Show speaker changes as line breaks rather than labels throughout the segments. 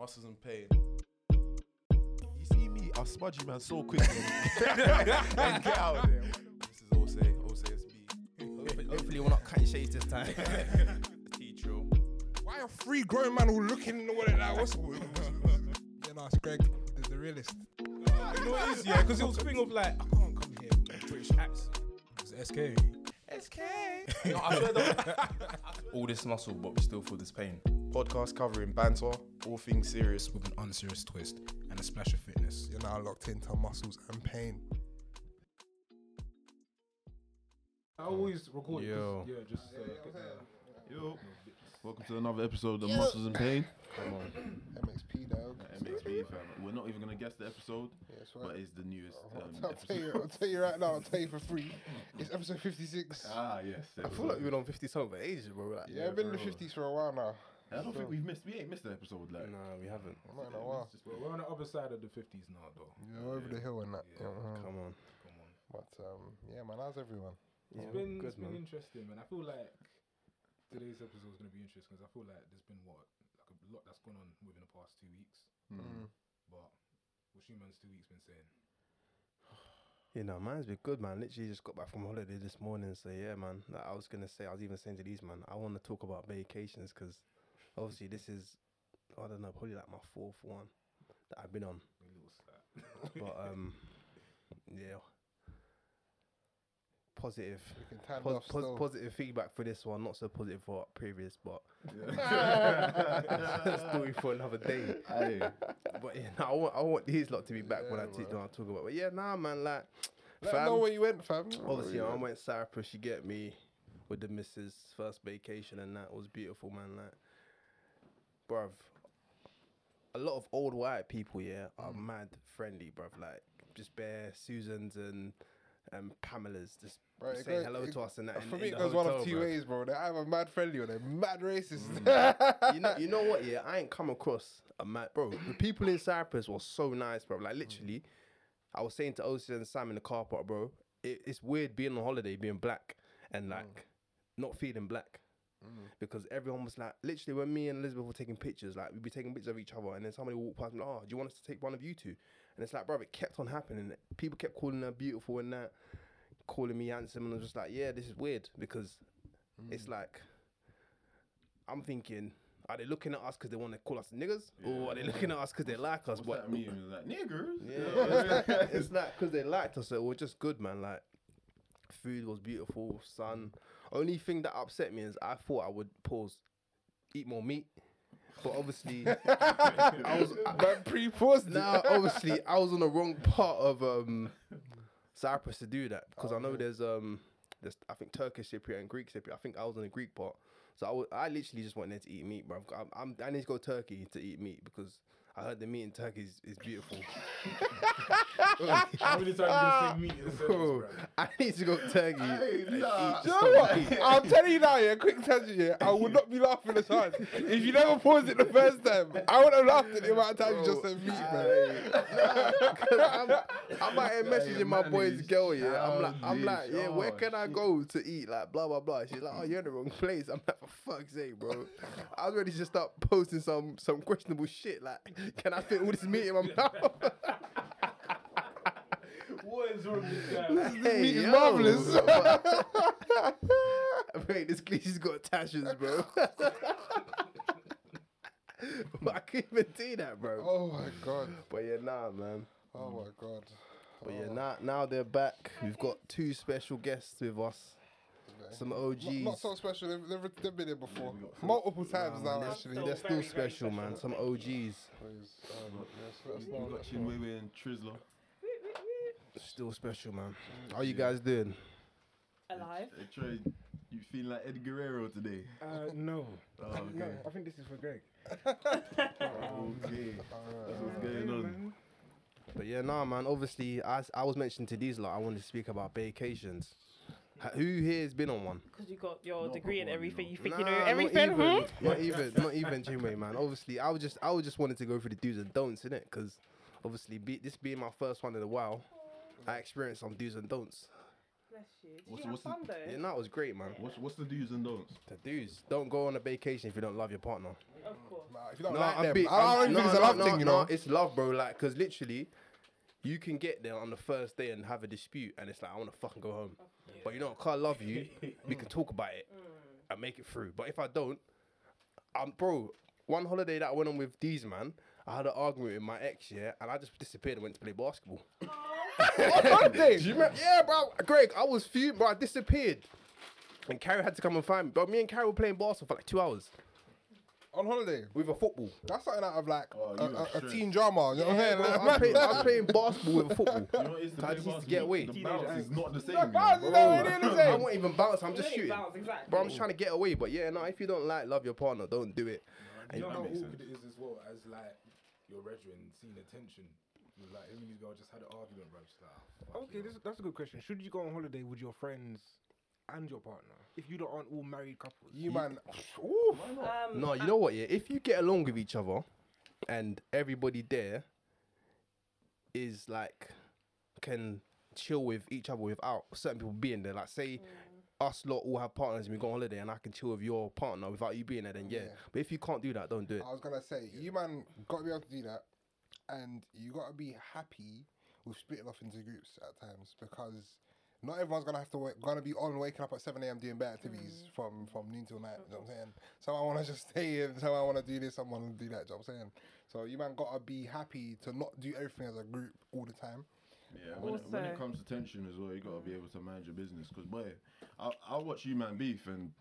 Usses and pain.
You see me, I'll smudge you, man, so quick. and get out of there. This is Ose, Ose
Hopefully,
SB.
hopefully we're not cutting shades this time.
Teacher.
Why are three grown men all looking in the water like, what's Yeah, no, it's Greg, the, the realist.
Uh,
You know what it is, yeah? Because it was a thing of like, I can't come here with a British accent.
It's SK.
You know, I swear that
All this muscle, but we still feel this pain.
Podcast covering banter, all things serious.
with an unserious twist and a splash of fitness.
You're now locked into muscles and pain.
I always record.
Yo.
Yo. Yeah, just. Uh, get that.
Yo, welcome to another episode of Muscles and Pain.
Come on.
MXP dog.
MXP, fam. We're not even gonna guess the episode,
Yeah, that's
but
right.
it's the newest um,
I'll tell you, I'll
episode.
tell you right now. I'll tell you for free. It's episode fifty-six.
Ah, yes.
I feel like we've been on 50 something for ages, bro. Like,
yeah, I've been in the
bro.
fifties for a while now.
I don't think we've missed. We ain't missed an episode like.
nah, we haven't.
I'm not in a while.
We're- We're on the other side of the 50s now, though.
Yeah, over the hill and that.
Yeah,
mhm.
Come on.
But um, yeah, man, how's everyone?
It's
Yeah,
been,
good,
it's been
man.
interesting, man. I feel like today's episode is going to be interesting because I feel like there's been what? Like a lot that's gone on within the past two weeks.
Hmm.
Mm.
But what's you man's two weeks been saying?
You know, mine's been good, man. Literally just got back from holiday this morning. So, yeah, man. Like, I was going to say, I was even saying to these, man, I want to talk about vacations because obviously this is, I don't know, probably like my fourth one that I've been on.
A little slat.
But, um, yeah. Positive.
We can tan
Pos-
off
pos-
still.
positive feedback for this one, not so positive for previous, but
Yeah.
that's a story for another day.
Aye.
But yeah, nah, I want I want these lot to be back when I
Yeah,
teach
bro.
when I talk about. But yeah, nah, man, like,
Let 'em
fam,
know where you went, fam. Know where
obviously
you
I
went.
went Cyprus. You get me with the missus first vacation, and that was beautiful, man. Like, bruv, a lot of old white people, yeah, are
Mm.
mad friendly, bruv. Like, just bare Susans and. And Pamela's just
Bro, it
saying
goes-
hello
it-
to us and that. in-
For
in
me, it
the
goes one of
hotel,
two
bruv
ways, bro. They're either mad friendly or they're mad racist.
you know, you know what? Yeah, I ain't come across a mad bro. The people in Cyprus were so nice, bro. Like literally, I was saying to OC and Sam in the car park, bro. It, it's weird being on holiday, being black, and like not feeling black. Because everyone was like, literally, when me and Elizabeth were taking pictures, like we'd be taking pictures of each other, and then somebody walked past me, oh, do you want us to take one of you two? And it's like, bro, it kept on happening. People kept calling her beautiful and that, calling me handsome, and I was just like, yeah, this is weird because
Mm.
it's like I'm thinking, are they looking at us because they want to call us niggers, or are they looking at us because they like us?
What's
but
that mean? Like niggers.
yeah, it's not because they liked us. So we're just good, man. Like food was beautiful, sun. Only thing that upset me is I thought I would pause, eat more meat, but obviously I was.
but pre-paused. it.
Now, obviously, I was on the wrong part of um, Cyprus to do that because I know there's um, there's I think Turkish Cypriot and Greek Cypriot. I think I was on the Greek part, so I wa- I literally just went there to eat meat, bro. I'm, I'm, I need to go to Turkey to eat meat because I heard the meat in Turkey is, is beautiful.
How many times have you been saying meat in the sentence,
Bro,
bro?
I need to go to Turkey. and
nah.
eat
Do you know
some
what? I'm telling you now, yeah, quick tangent, yeah. I would not be laughing as hard. If you never paused it the first time, I would have laughed at the amount of times you just said meat, man.
meat. I'm out here messaging my boy's girl, yeah. I'm like, I'm like, yeah, where
Oh,
can I go to eat? Like, blah blah blah. She's like, oh, you're in the wrong place. I'm like, for fuck's sake, bro. I was ready to just start posting some some questionable shit. Like, can I fit all this meat in my mouth?
What is wrong with this guy? man?
Hey,
meat is
yo.
marvellous.
Wait, this cleasy's got attachments, bro. but I can't even do that, bro.
Oh my god.
But yeah, nah, man.
Oh my god. Oh.
But yeah, now now they're back. We've got two special guests with us. Some OGs.
Not, not so special. They've, they've, they've been here before.
we got four.
Multiple times
Nah,
now,
man,
actually.
they're still special, man. Some OGs.
Please, um, yes, let us know
We've got
what you want.
Chinwewe and Trizla.
Still special, man. How you guys doing?
alive.
Hey, Trey, you feeling like Eddie Guerrero today?
Uh, no.
Oh, okay. Oh,
No, I think this is for Greg.
Okay. That's what's going on.
But yeah, nah, man. Obviously, I, s- I was mentioning to these lot, I wanted to speak about vacations. Ha- Who here has been on one?
Because you got your
Not
degree
got
and
one,
everything,
no.
you think you
Nah,
know everything.
Not even,
hmm?
not even, not even Jinwei, man. Obviously, I was just, I was just wanted to go through the do's and don'ts in it, because obviously, be, this being my first one in a while, I experienced some do's and don'ts.
Bless you. Did
What's-
you have
what's the-
fun though?
Yeah, that was great, man.
What's, what's the do's and don'ts?
The do's. Don't go on a vacation if you don't love your partner.
Of course.
Nah, If you don't
No,
like
I'm
them,
big-
I don't
I'm-
even think
no,
it's a
no,
love
no,
thing, you
no,
know.
It's love, bro. Like, cause literally, you can get there on the first day and have a dispute, and it's like I want to fucking go home. But you know, what, 'cause I love you. we can talk about it and make it through. But if I don't, um, bro, one holiday that I went on with these man, I had an argument with my ex, yeah, and I just disappeared and went to play basketball. Do you remember? Yeah, bro. Greg, I was fuming, bro. I disappeared. And Carrie had to come and find me. But me and Carrie were playing basketball for like two hours
On holiday.
with a football.
That's something out of like
Oh,
a,
you
a,
are
a
strict.
teen drama. You know what I'm saying?
bro,
Like,
I'm, playing, I'm playing basketball with a football.
You know what it is to
I
play
just need to
basketball?
get away.
The bounce is not the same.
Yeah,
you
bounce
know,
is
bro.
not really the
I
same.
won't even bounce. I'm just
Really
shooting.
bounce, exactly.
Bro, I'm just trying to get away. But yeah, no, if you don't like love your partner, don't do it.
You know
that
how
makes
awkward it is as well as like your brethren seeing attention. Like him and his girl just had an argument, bro. Just like, ah, fuck
Okay,
you,
this, that's a good question. Should you go on holiday with your friends and your partner if you don't aren't all married couples?
You man,
Um,
No, you know what? Yeah, if you get along with each other, and everybody there is like can chill with each other without certain people being there. Like say. Us lot all have partners and we go on holiday and I can chill with your partner without you being there then yeah. But if you can't do that, don't do it.
I was gonna say, you man got to be able to do that, and you got to be happy with splitting off into groups at times because not everyone's gonna have to wake, gonna be on waking up at seven a.m. doing bad activities
Mm.
from from noon till night. You know what I'm saying? Some I want to just stay in, some I want to do this, some want to do that. You know what I'm saying? So you man got to be happy to not do everything as a group all the time.
Yeah, when, it, when it
Also-
comes to tension as well, you gotta be able to manage your business. Cause boy, I I watch you man beef and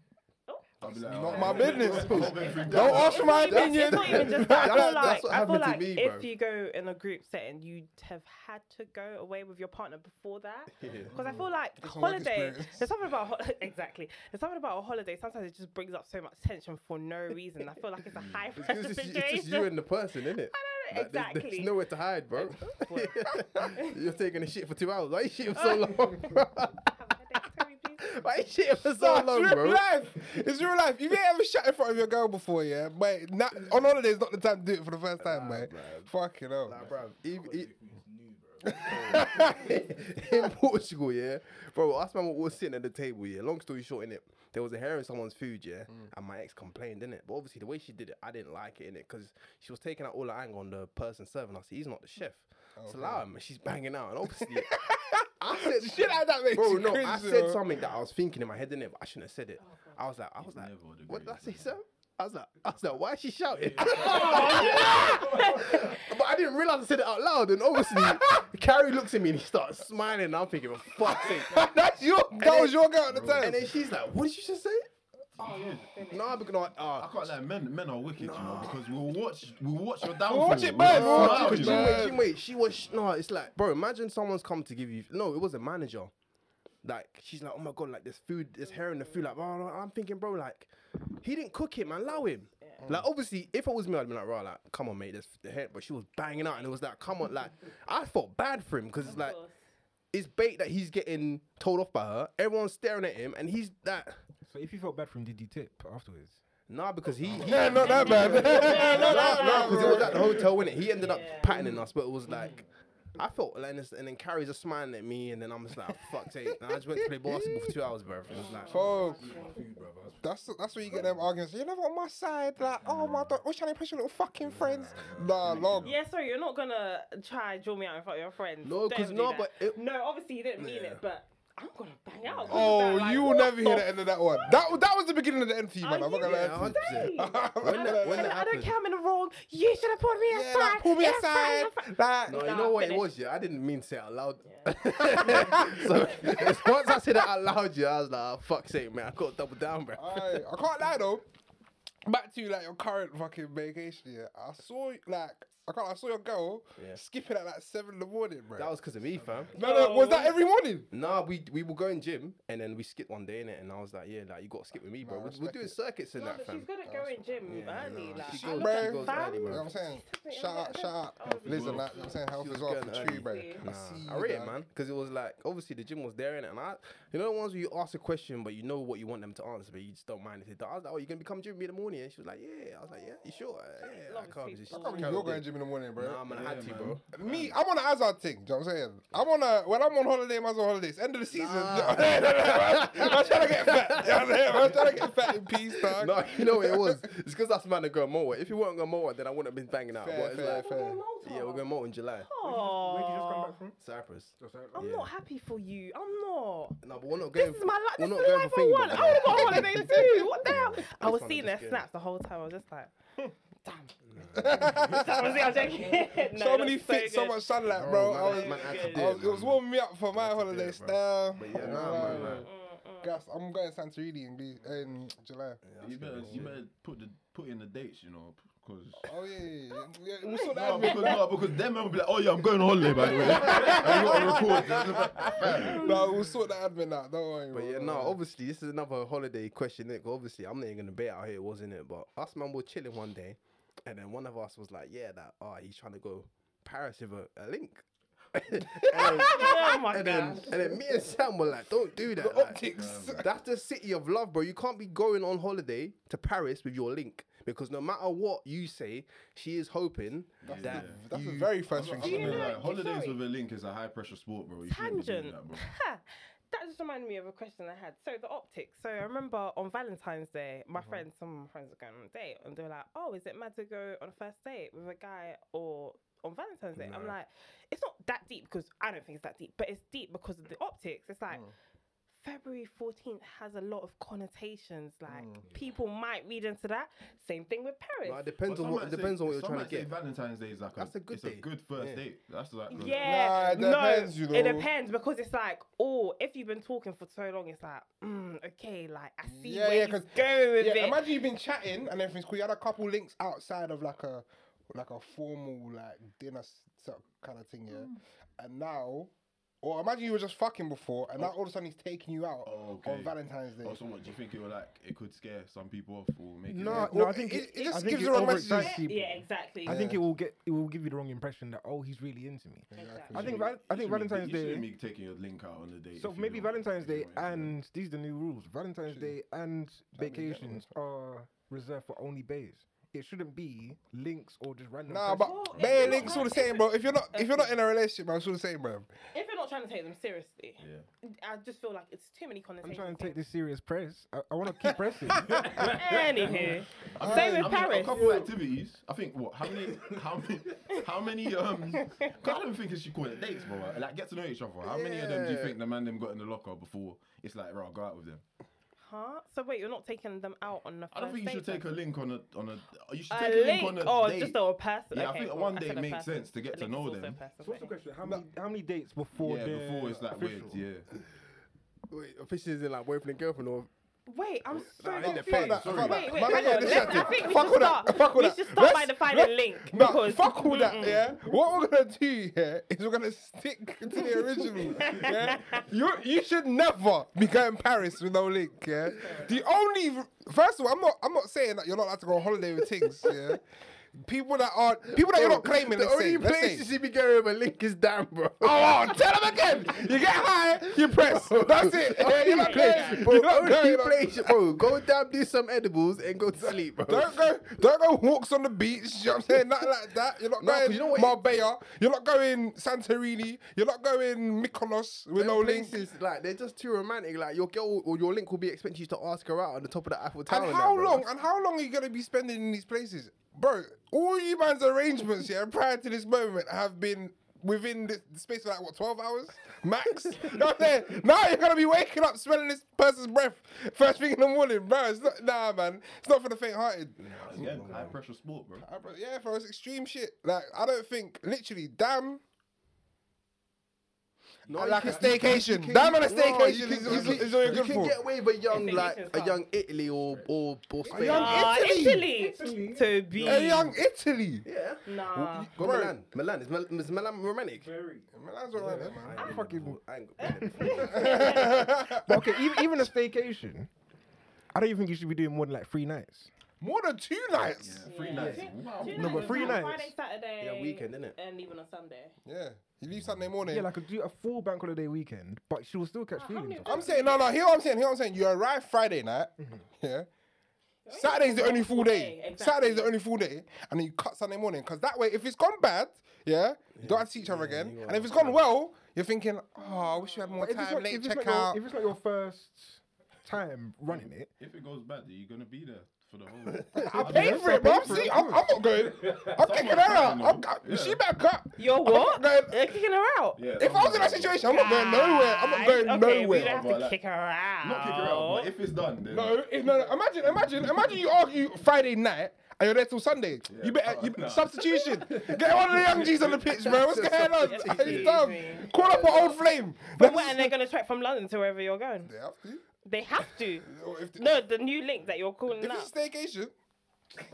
I'll be like,
Not
"Oh,
my
I've been-
business.
I've been through that."
Don't ask for my
It's not even-
opinion.
It's not even just that. I feel
That's-
like,
that's what
I feel
happened to
like
me,
if
bro.
you go in a group setting, you'd have had to go away with your partner before that. Because I feel like
It's a work
holiday.
experience.
There's something about ho- exactly. There's something about a holiday. Sometimes it just brings up so much tension for no reason. I feel like it's a high
It's
pressure
just, it's
situation.
just you and the person, isn't it?
I don't know
There's,
exactly.
there's nowhere to hide, bro. You're taking a shit for two hours. Why you shit for so long, bro? Why you shit for so
Nah,
long,
it's real
bro?
life. It's real life. If you ain't ever shot in front of your girl before, yeah, but na on holiday is not the time to do it for the first time, mate. Fucking hell.
Nah, bro. Even, e-
It's new, bro.
in Portugal, yeah, bro. Us man, we were sitting at the table, yeah. Long story short, in it, there was a hair in someone's food, yeah, and my ex complained, in it. But obviously, the way she did it, I didn't like it, in it, because she was taking out all the anger on the person serving us. He's not the chef, so allow him. and She's banging out, and obviously, I said
Shit like that makes
Bro,
you
no,
cringe,
I
you
said
know.
something that I was thinking in my head, didn't it? But I shouldn't have said it. I was like, I was like,
never would
what
agree
did I
with
say,
that.
sir? I was like, I was like, why is she shouting? but I didn't realize I said it out loud, and obviously, Carrie looks at me and he starts smiling. And I'm thinking, for fuck's sake.
That's your. That
then-
was your girl at the time.
and then she's like, what did you just say?
Oh,
No, because no,
I
uh,
can't lie, men men are wicked, you know, because we'll watch we'll watch your downfall.
watch it burn, we'll watch it
smile,
Because
you
she,
know.
wait, she, wait, she was sh- no. It's like, bro, imagine someone's come to give you. No, it was a manager. Like she's like, oh my god, like there's food, there's hair in the food. Like, bro, I'm thinking, bro, like he didn't cook it, man. Allow him. Like obviously, if I was me, I'd be like, right, like come on, mate, there's the hair. But she was banging out, and it was like, come on, like I felt bad for him because it's like
course.
it's bait that he's getting told off by her. Everyone's staring at him, and he's that.
So if you felt bad for him, did you tip afterwards?
Nah, because he, he
yeah, not that bad.
no, no, because it was at the hotel, when He ended up
Yeah.
patterning us, but it was like. I felt like this, and then Carrie's just smiling at me, and then I'm just like, fuck sake. And I just went to play basketball for two hours, bro. It was like,
Oh,
Food, bro. I was
that's that's where you get them arguments. You're never on my side. Like, oh my god, we're trying to impress your little fucking friends. Nah, long.
Yeah, sorry, you're not gonna try and draw me out in front of your friends.
No,
Don't
'cause
ever do
no,
that.
but it-
no, obviously you didn't mean
Yeah.
it, but I'm gonna bang out. 'cause of
Oh,
that, like,
you will
what
never hear
the
the end of that one. That wa- that was the beginning of the end for you, man.
Are
I'm not
you
gonna lie. to you.
"Yeah, 100%."
I
When
don't-
that, when that
I don't- I don't
happened,
care I'm in the wrong. You should have pulled me
Yeah,
aside.
like, pull me
Yeah, fine,
aside.
I'm fine.
Like,
no, you
Nah,
know what it
finish.
was, yeah? I didn't mean to say it out loud. so it's, once I said it out loud, yeah, I was like, oh, fuck sake, man. I got to double down, bro.
I, I can't lie though. Back to like your current fucking vacation. Yeah, I saw like I can't. I saw your girl skipping at like seven in the morning, bro.
That was because of me, fam.
no, no, was
Oh.
that every morning?
Nah, we we were going gym, and then we skipped one day, innit? And I was like, yeah, like, you got to skip with me, bro.
Nah, I
We're, we're
respect
doing
it.
circuits and
No,
that,
but
fam.
she's gonna go in gym early.
nah,
like,
she
I
goes-
look
she
at
goes
fam.
early,
You know
bro.
what I'm saying?
Something
Shout
like
out,
that.
shout out.
Oh,
Listen, like, I'm saying health
She
is
was
off the
going
tree, bro.
early.
I
Nah,
see
I
you,
rate it,
dog.
man, because it was like obviously the gym was there in it, and I, you know, the ones where you ask a question but you know what you want them to answer, but you just don't mind if they don't. I was like, oh, you're gonna become gym in the morning. And she was like, yeah. I was like, yeah, you sure? Uh, yeah, I
Love is
can't.
sweet.
Just,
I can't
believe you're going gym in the morning, bro.
Nah, man, I had to, bro.
Me, I'm on an Hazard thing. Do you know what I'm saying? I'm on a when I'm on holiday, I'm on holiday. It's end of the season. I'm trying to get fat. You know what I'm saying? I'm trying to get fat in peace, dog.
no, you know what it was? It's because that's man that go Moa. If you weren't going Moa, then I wouldn't have been banging out.
fair,
But it's
fair,
like,
fair.
Yeah, we're going Moa in July.
Aw.
Uh,
Cyprus.
I'm not happy for you. I'm not.
No, but we're not going.
This is my life.
we're
This
not
is the
going
life
for
I
thing,
want.
but-
I want to go on holiday too. What the hell? I was
one
seeing
is
their
good.
snaps the whole time. I was just like, damn. That was it. I'm joking. No,
so many
that's so
fits, so
good.
much sunlight, bro.
Bro,
I was,
man, man, had to
good.
do
I was, it was
man.
warming me up for my
Had to do
holiday
it, bro.
style.
But yeah, nah, man, man.
Gas, I'm going to Santorini in, Gre- in July.
You better, you better put the put in the dates, you know, because.
Oh yeah, yeah, yeah. yeah we'll sort that
No,
out. mate.
because, no, because them men will be like, oh yeah, I'm going on holiday by the way. and you gotta record.
No, we'll sort that admin out. Don't worry.
But
bro,
yeah,
don't
no,
worry.
obviously, this is another holiday question, innit? 'Cause Obviously, I'm not even going to bet out here, wasn't it? But us, man, were chilling one day, and then one of us was like, yeah, that, oh, he's trying to go Paris with a, a link. and, then,
Oh my
and, then,
god.
and then me and Sam were like, don't do that. like,
optics.
that's the city of love, bro. You can't be going on holiday to Paris with your link. Because no matter what you say, she is hoping that
That's
you,
the very first thing.
I'm
she
not
did.
gonna lie,
know-
holidays
sorry.
with a link is a high pressure sport, bro. You shouldn't be doing
Tangent.
that, bro.
Ha! That just reminded me of a question I had. So the optics. So I remember on Valentine's Day, my friends, some of my friends were going on a date, and they were like, "Oh, is it mad to go on a first date with a guy or on Valentine's Day?" I'm like, "It's not that deep because I don't think it's that deep, but it's deep because of the optics. It's like." February 14th has a lot of connotations. Like people might read into that. Same thing with Paris.
Nah, it
But
depends on
some
what
might
it depends
say-
on what you're
some
trying
might
to
say
get.
Valentine's Day is like
That's
a,
a good
it's a
date.
good first
Yeah.
date. That's like
Yeah,
Nah, it depends,
no,
you
it
know.
depends because it's like, oh, if you've been talking for so long, it's like, mm, okay, like I see
Yeah,
where
yeah,
he's
'cause-
going with
Yeah,
it.
imagine you've been chatting and everything's cool. You had a couple links outside of like a like a formal like dinner s- sort of kind of thing, yeah.
Mm.
And now, or imagine you were just fucking before, and now
Oh.
all of a sudden he's taking you out
Oh, okay.
on Valentine's Day.
Also, what do you think it will like? It could scare some people off or make it.
Yeah,
like-
no, I think it- I think it overexcites
people.
yeah, exactly.
I think it will get it will give you the wrong impression that oh he's really into me.
exactly.
I think
You
val- I think
shouldn't be-
Valentine's
you shouldn't
Day.
be taking your link out on the date.
So
if you
maybe
don't- if
Valentine's
you
Day
don't want to.
and these are the new rules. Valentine's Day and vacations are reserved for only bays. It shouldn't be links or just random.
Nah, but
person.
Well, if
bare
you're not
links all the
trying-
same, bro. If you're not if you're not in a relationship, bro, it's all the same, bro.
If you're not trying to take them seriously,
Yeah.
I just feel like it's too many
I'm
connotations.
trying to take this serious press. I, I want to keep pressing.
Anywho,
I
same
mean,
with
I mean,
Paris.
A couple of activities. I think what? How many? How many? How many? Um, 'cause I don't think it's you call it dates, bro. Like get to know each other. How many of them do you think the man them got in the locker before it's like, right, go out with them?
Huh? So wait, you're not taking them out on the first
I don't think you should
date
take a link on a on a. You should
then?
take
a
a link, on
link,
a
Oh,
or
date.
just a person.
Yeah, I
okay,
think a
cool.
one
I
date
said a
makes
person.
sense to get
A
to
link is
know
also a
them.
person,
So what's the
right?
question? How many, how many dates before?
yeah,
they're
before it's like weird.
official?
Yeah.
Wait, officially, is it like boyfriend and girlfriend or
Wait, I'm so
Nah, in the
confused.
face,
that,
sorry.
fuck
Wait, wait,
Man, I
hang
get
on. Let's, I
distracted.
think we
Fuck
should
all that,
start.
fuck all
we
that.
should start by
Let's-
defining link
No,
because
fuck all that, yeah. What we're gonna do here is we're gonna stick to the original. yeah? You you should never be going Paris with no link, yeah. The only first of all, I'm not I'm not saying that you're not allowed to go on holiday with things, yeah. People that are people that you're not claiming.
Oh, The
let's say,
only
let's
place you
say.
should be going with a link is down, bro.
Oh, oh, tell them again. You get high, you press. That's it. Yeah, you're not going.
Bro,
You're not
only
going, you're not
place, bro. Go down, do some edibles, and go to sleep, bro.
Don't go, don't go walks on the beach. You know what I'm saying? Nothing like that. You're not
Nah, 'cause
going
you know what-
Marbella. You're not going Santorini. You're not going Mykonos with no
Them
links.
places, like they're just too romantic. Like your girl or your link will be expecting you to ask her out on the top of the Eiffel Tower.
And
that,
how
bro.
long? And how long are you gonna be spending in these places, bro? All you man's arrangements here prior to this moment have been. Within the the space of like what twelve hours max, you know what I'm saying? Now you're gonna be waking up smelling this person's breath first thing in the morning, bro. It's not, nah, man, it's not for the faint-hearted.
Again, high pressure sport, bro.
I bro- yeah, bro, it's extreme shit. Like, I don't think, literally, damn.
No,
I
you
like a
can- you can-
staycation.
you can-
Damn on a
no, you
staycation
can-
is-
you
is-
can-
is all you're good
You can
for.
get away with young,
Staycation's
like a
fun.
young Italy or or or Spain.
Ah, Italy. to be
A young Italy.
Yeah.
nah.
Go
Bro.
Milan. Milan is, Mil- is Milan romantic.
Milan's alright, there, man.
I ain't fucking. I ain't got
But okay, even, even a staycation, I don't even think you should be doing more than like three nights.
More than two nights.
Three nights. Wow.
Two
No, but
nights,
three
like
nights.
Friday, Saturday,
Yeah, weekend, innit?
and even on Sunday.
Yeah. You leave Sunday morning.
Yeah, like a, do a full bank holiday weekend, but she will still catch
Ah, how
feelings.
many
of
of
it.
I'm saying, no, no, here what I'm saying, here what I'm saying. You arrive Friday night. Yeah. Saturday's the only full day.
Yeah, exactly.
Saturday's the only full day, and then you cut Sunday morning because that way, if it's gone bad, yeah, you don't have to see each other again. And if it's gone well, you're thinking, oh, I wish you had more
But if it's
time.
not-
late
if it's not
check
your-
out.
If it's not your first time running it,
If it goes bad, you're gonna be there for the whole.
I paid for it, bro. I'm, see, I'm, I'm not going. I'm kicking her out. I'm, I'm, she better go.
You're
what?
They're kicking her out.
Yeah,
If I was in that situation, I'm not going nowhere. I'm not going
okay,
nowhere.
We don't have to
Like-
kick her out.
Not kick her out, but if it's done, then
No, it- no, no. Imagine, imagine, imagine you argue Friday night and you're there till Sunday. you better you,
nah.
substitution. Get one of the young G's on the pitch, bro. What's going on?
That's
It's dumb.
amazing.
Call up an old flame.
But what, and they're gonna track from London to wherever you're going.
They have to.
They have to.
Or If,
No, the new link that you're calling
if
up.
it's staycation,
You're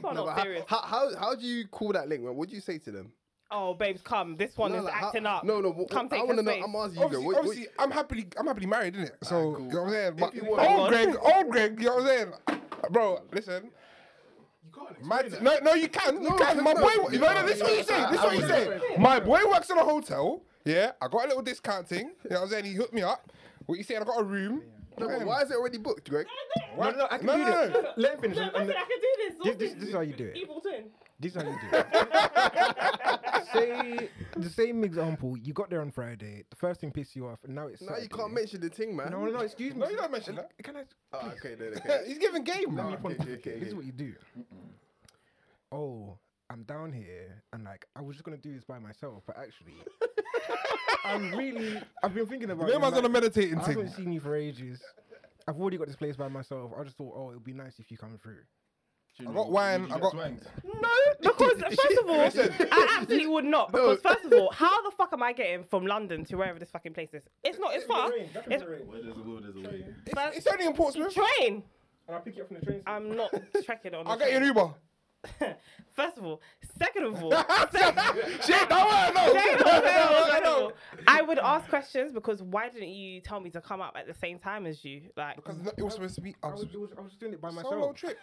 No,
not
but
serious.
how, how, how, how do you call that link? man? What do you say to them?
oh, babes, come. This one
No,
is
like, how-
acting up.
No, no. wh-
come
I
take
wanna
her
know.
space.
I'm asking you.
obviously,
though, What,
obviously I'm happily, I'm happily married, innit? So you know what I'm saying. But
you
old
want-
Greg, old Greg, you know what I'm saying, bro. Listen,
You can't explain
My
that.
no, no, you can. You can. My boy. No, no, this is what you say. This is what you say. My boy works in a hotel. Yeah, I got a little discount thing. You know what I'm saying? He hooked me up. What you saying? I got a room.
no, but why is it already booked, Greg?
no, no, I can
No,
do
no,
this.
no.
Let him finish.
No,
and-
listen,
and
I can do this.
This,
What's
this, this is how you do it.
Evil twin.
This is how you do it. Say the same example. You got there on Friday. The first thing pissed you off, and now it's
Now you
Saturday.
can't mention the thing, man.
No, no, no. Excuse me.
No, you don't mention that.
Can I?
Oh, okay, then, okay.
He's giving game.
Let me pontificate.
okay, okay.
This is what you do. Oh, I'm down here, and like I was just gonna do this by myself, but actually, I'm really. I've been thinking about. it,
No
and,
man's on a
like,
meditating
I haven't
thing.
seen you for ages. I've already got this place by myself. I just thought, oh, it would be nice if you come through.
I got wine, I got-
No, because first of all, I absolutely would not. Because first of all, how the fuck am I getting from London to wherever this fucking place is? It's not. It's far. It's
Where there's a will, there's a way.
but-
It's only in Portsmouth.
train.
And I'll pick you up from the train.
I'm not trekking on. the
I'll get you an
train.
Uber.
First of all, second of all, second,
Shit, that one, no.
second of all, second of all, I would ask questions because why didn't you tell me to come up at the same time as you? Like,
Because no- it was supposed to be. I
I was,
was-
I was, I was doing it by myself.
Solo trip.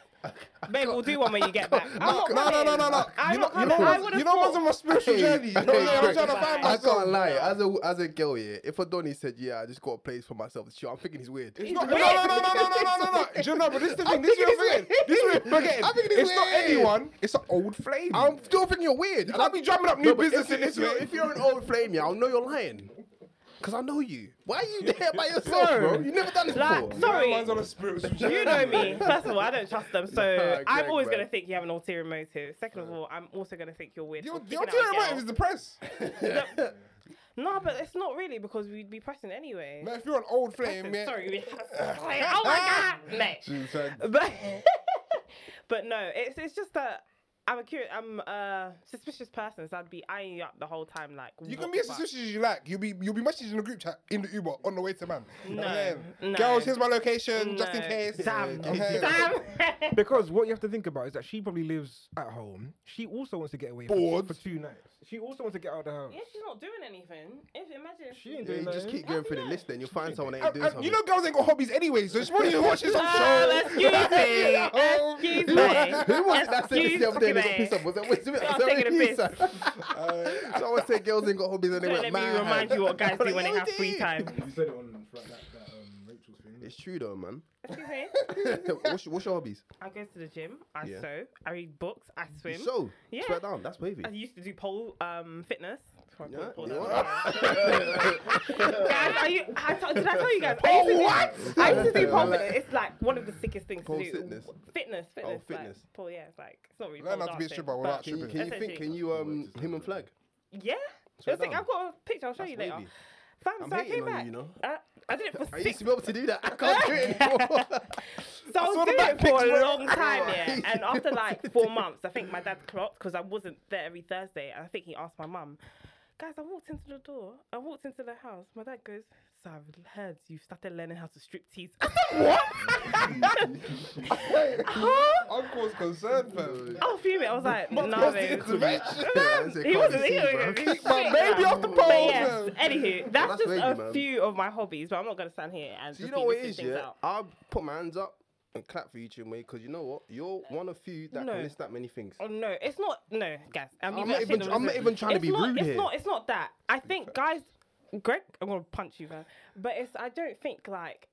babe, we'll do one when you get back. I'm
No,
not
no, no,
coming.
no, no, no.
I'm
You know,
not
you
coming. I
know,
would
what's- you
have
know, what's on
thought.
my spiritual
Hey,
journey. You know what I'm saying? I'm trying to find
I
myself.
can't lie. As a as a girl, yeah. If Adonis said, "Yeah, I just got a place for myself," sure, I'm thinking he's weird.
It's not- No, no, no, no, no, no, no, no, no. Do you know, but this is the thing. This is
thinking
the
it's
thing. This is the thing.
I'm thinking it's
It's not
weird.
anyone. It's an old flame.
I'm still thinking you're weird.
I'll be drumming up new business
if,
in this
if you're,
way.
if you're an old flame, yeah, I'll know you're lying. Cause I know you. Why are you there by yourself, bro? You never done this
Like,
before.
sorry,
Man's on a spiritual journey.
You know me. First of all, I don't trust them, so
Nah,
I'm
correct,
always
bro.
going to think you have an ulterior motive. Second of all, I'm also going to think you're weird.
Your
for
your
kicking out
ulterior
a
motive
girl.
is the press.
No, but it's not really because we'd be pressing anyway.
Now, if you're an old flame,
Pressing,
yeah.
Sorry. we- oh my god, mate. But but no, it's it's just that. I'm a curious, I'm a suspicious person, so I'd be eyeing you up the whole time. Like
You
what
can
the
be as
fuck?
suspicious as you like. You'll be you'll be messaging the group chat in the Uber on the way to man.
No,
Okay.
no.
Girls, here's my location, just in
No.
case.
Damn,
Okay.
damn.
Because what you have to think about is that she probably lives at home. She also wants to get away for,
Bored.
for two nights. She also wants to get out of the house.
yeah, she's not doing anything. If imagine if
She ain't
Yeah,
doing
you just
nothing.
keep going through the list, then you'll find someone that ain't
And-
doing
and
something.
Uh, you know, girls ain't got hobbies anyway, so it's probably watching some
Oh,
show.
excuse me. Excuse me.
Who was that said this the other day? They got
Excuse
pissed off. Was that Will Smith?
I was
Was that
taking a
Will
piss.
Smith? Someone said girls ain't got hobbies and they
Don't
went
let
mad.
me remind you what guys do when they have free time.
You said it on that, that, that um, Rachel's thing.
It's true though, man.
Excuse me.
what's, your, what's your hobbies?
I go to the gym. I
Yeah.
sew. I read books. I swim.
So,
Yeah.
sweat down. That's wavy.
I used to do pole um, fitness. Sorry,
Yeah,
pole- pole
yeah.
dance. guys, are you, I t- did I tell you guys? I used to do,
Oh, what?
I used to do
Yeah,
pole
like-
fitness. It's like one of the sickest things
Pole
to do.
fitness? Oh,
Fitness, fitness. like,
fitness.
pole, yeah, it's like it's not really.
Learn
pole
how to be a
dancing,
stripper
but-
without
Can you,
stripping.
can you think? Can you um him and flag?
Yeah.
Swear
It's like,
down.
I've got a picture. I'll show
That's
you later.
wavy.
Fam,
I'm
so I
hating
came
on you,
back.
you know.
I, I did it for
I
six
used to be able to do that. I can't do it anymore.
So I
saw
was
the
doing
back
it for
pics,
a
bro.
long time, yeah. And after like four months, I think my dad clocked because I wasn't there every Thursday. And I think he asked my mum, Guys, I walked into the door. I walked into the house. My dad goes, So I've heard you've started learning how to strip tease. I said, What? huh?
Uncle's concerned, fam.
Oh, fuming. I was like, No, nah,
What's the
babe."
intervention?
Yeah, that's it,
He
can't
wasn't.
be
He
seen, bro.
wasn't. Keep
my baby off the pole,
But yes,
man.
anywho, that's,
That's
just
wavy,
a
man.
few of my hobbies, but I'm not gonna stand here and
Do you
just
know
be
what it
listing
is,
things
yeah?
out.
I'll put my hands up and clap for you, Chinwe, because you know what? You're one of few that
No.
can list that many things.
Oh no, it's not. No, guys. I'm,
I'm
even
not
ashamed
even-
of
I'm not
myself.
even trying to
It's
be
not,
rude
It's
here.
not. It's not that. I think, guys. Greg, I'm gonna punch you, man. But it's. I don't think like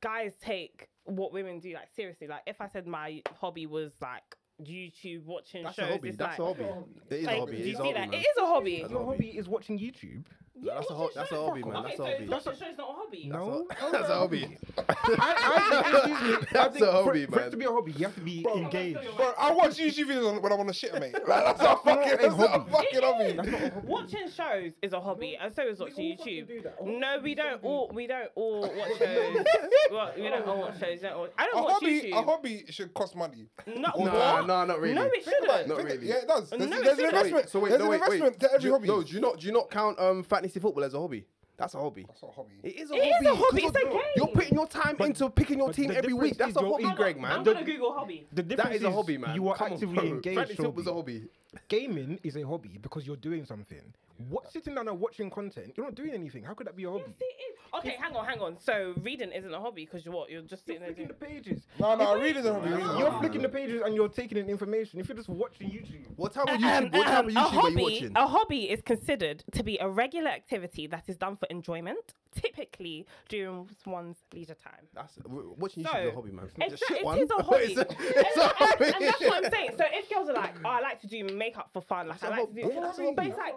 guys take what women do. Like seriously, like if I said my hobby was like YouTube watching
That's a
shows,
hobby,
it's
that's a
like-
hobby. That is a
like,
hobby, it
do
is
you
a
see
hobby,
that?
man.
It is a hobby.
That's a
Your
hobby.
hobby is watching YouTube.
That's a ho- that's a hobby, man. That's a hobby.
That's a show's not a hobby.
No,
That's a hobby. That's a
for-
hobby,
For it
man.
to be a hobby, you have to be engaged.
Bro, I watch YouTube videos when I'm on the shit, mate. Like, that's a fucking, that's a fucking hobby.
Watching shows is a hobby, and so is watching YouTube. No, we don't all we don't all watch shows. well, we don't all watch shows. Don't all, I
A
don't watch
hobby, a
YouTube.
hobby should cost money.
No,
Nah,
what?
nah, not really.
No, it shouldn't.
Not
Think-
really.
Yeah, it does.
No,
There's,
it
there's an
shouldn't.
investment.
So wait,
there's
no,
an
wait, wait.
investment to every
Do you-
hobby.
No, do you not do you not count um fantasy football as a hobby? That's a hobby.
That's not a hobby.
It is a
It
hobby.
is a hobby,
'cause
it's a
you're-
game.
You're putting your time into picking your
but
team
the
every week.
difference
That's
is
a
your
hobby,
ego-
Greg,
I'm
man.
gonna Google hobby.
The difference
That is a hobby, man.
You are
Come on,
actively
bro.
engaged.
Fantasy football's a
Shobi.
hobby.
Gaming is a hobby because you're doing something. What sitting down and watching content, you're not doing anything. How could that be a hobby?
Yes, it is. Okay, hang on, hang on. So reading isn't a hobby because you're what? You're just sitting there
flicking
doing.
the pages.
No, no, reading is a hobby. reading is a
You're
hobby.
flicking the pages and you're taking in information. If you're just watching YouTube,
What type of
Um,
YouTube? What type
um,
of
a
YouTube are you
hobby,
watching?
a hobby is considered to be a regular activity that is done for enjoyment, typically during one's leisure time.
That's w- watching YouTube
So,
is a hobby, man.
It's,
Shit
it
one.
is a hobby.
it's a,
and,
it's a
and-
hobby.
and that's what I'm saying. So if girls are like, oh, I like to do makeup for fun, like I like to do, but it's like,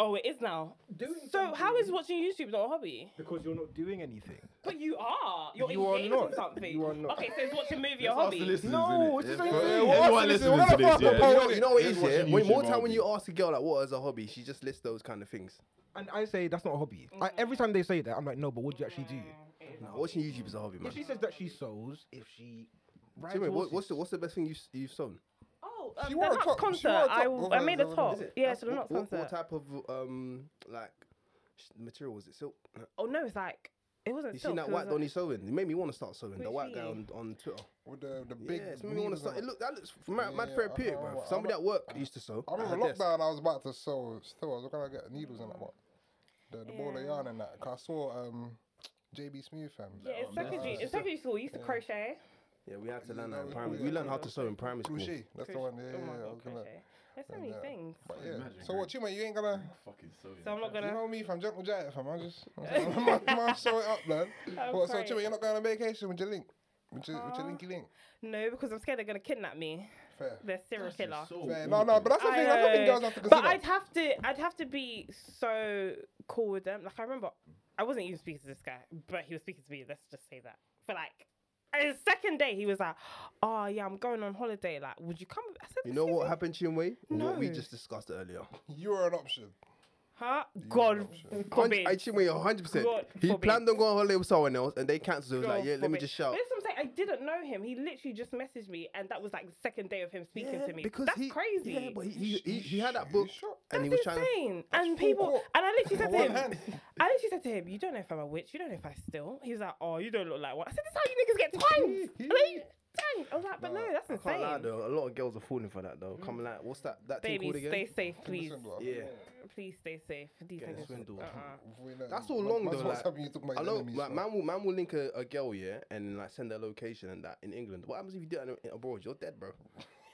oh, it is now. so how is watching YouTube not a hobby?
because you're not doing anything.
But you are. You're
You are
engaged
not.
in something.
You are not.
Okay, so is watching a movie a
Let's ask the
hobby?
listeners,
No,
innit?
it's the
Yeah,
same
for
thing.
anyone
Anyone
listening
listening
to
to
this, yeah.
this, yeah.
You know, you know what it
Just
is,
watching
yeah? When,
YouTube
more time when
hobby.
you ask a girl, like, what is a hobby? She just lists those kind of things.
And I say that's not a hobby. I, every time they say that, I'm like, no, but what do you actually do?
Nah, watching YouTube is a hobby, man.
If she says that she sews, if she rides
So wait, what,
horses,
what's the what's the best thing you s- you've sewn?
Oh, um,
She
the
wore a
Knox
top- she
concert.
wore a
I,
top
I
over
made
the
a
other
top.
one.
Yeah,
That's-
so the
what,
Knox
what,
concert.
what type of um like sh- material was it? Silk. No.
Oh no, it's like it wasn't.
You
silk,
seen that
it
white
was a-
Donny sewing? It made me want to start sewing. the
Which
white guy
really?
on, on Twitter.
With the, the
Yeah,
big.
it's made me want
needles
to start.
and
It look that looks f- mad, mad
Yeah,
therapeutic,
I- I-
bro.
I-
Somebody at work used to sew.
I
at
remember
her desk.
lockdown. I was about to sew. Still, I was gonna get needles and that what. The, the ball of yarn and that. 'Cause I saw um, JB Smooth fam.
Yeah, in secondary, in secondary school, we used to crochet.
Yeah, we had to learn
Yeah,
that in
we-
primary.
we-
We learned how to sew in primary school.
Crochet. That's the one. Yeah,
oh
yeah.
my
I was
god,
gonna.
crochet. There's so many
yeah.
things.
But yeah. So what you man? You ain't gonna.
Fucking so
So I'm not
You
gonna.
know me from Gentle Giant fam. I just. I'm just sew it up, man.
I'm Uh,
What? So
sorry.
Chima, you're not going on vacation with your link. With your, with your
Huh?
linky link.
No, because I'm scared they're gonna kidnap me.
Fair.
They're serial killer.
Fair. No, no, but that's the
I
thing. That's the thing
know,
girls have to consider.
but I'd have to, I'd have to be so cool with them. Like I remember, I wasn't even speaking to this guy, but he was speaking to me. Let's just say that. For like, and the second day, he was like, "Oh yeah, I'm going on holiday. Like, would you come?" I said,
You know
"Excuse
what
me?"
happened, Chinwe? What we
No.
just discussed earlier.
You are an option.
Huh? God
Hun-
forbid.
I Chinwe, 100%.
God
He
forbid.
planned on going on holiday with someone else and they cancelled. He was like,
God
yeah, let me
forbid.
just shout.
But that's what I'm saying. I didn't know him. He literally just messaged me, and that was like the second day of him speaking
Yeah,
to me. that's
he,
crazy.
Yeah, but he, he, he, he had that book
shot.
and he was
that's
trying to.
insane. and
full
people,
court.
and I literally said to
One
him,
hand.
I literally said to him, "You don't know if I'm a witch. You don't know if I steal." He was like, "Oh, you don't look like one." I said, "That's how you niggas get twanged." And they twanged. I was like, "But no, that's
I can't lie
insane."
though, a lot of girls are falling for that though. Come like, what's that that thing
Mm. Baby,
called again?
stay safe, please.
Yeah,
Please stay safe. These
Getting
niggas.
swindled.
uh-uh.
that's all long though. Like,
something you took my
I know,
enemies.
like,
from.
man will man will link a, a girl yeah, and like send their location and that in England. What happens if you do that in- abroad? You're dead, bro.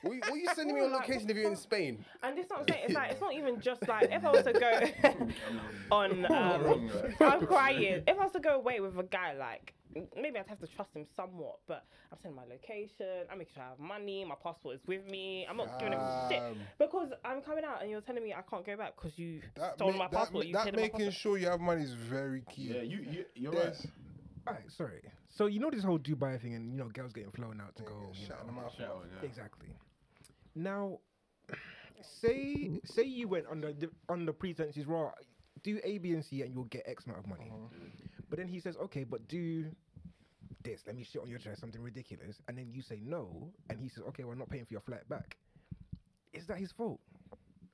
what, you, what you sending me your
Like, what
location
the
if you're in Spain?
And it's not saying it's like it's not even just like if I was to go
Oh,
on um, I'm crying. If I was to go away with a guy like m- maybe I'd have to trust him somewhat, but I'm sending my location, I'm making sure I have money, my passport is with me, I'm not giving him shit.
Um,
Because I'm coming out and you're telling me I can't go back because you
That,
stole
ma-
my
that
passport,
ma-
you
that
hid my
making
passport.
sure you have money is very key.
Yeah, you, you, you're right.
Yes.
All right, sorry. So you know this whole Dubai thing, and you know girls getting flown out to go. you
Shut
know.
the mouth.
Shout out, yeah.
Exactly. Now, say say you went under the under pretenses, raw. Do A, B, and C, and you'll get X amount of money. But then he says, okay, but do this. Let me shit on your chest, something ridiculous. And then you say no, and he says, okay, we're not paying for your flight back. Is that his fault,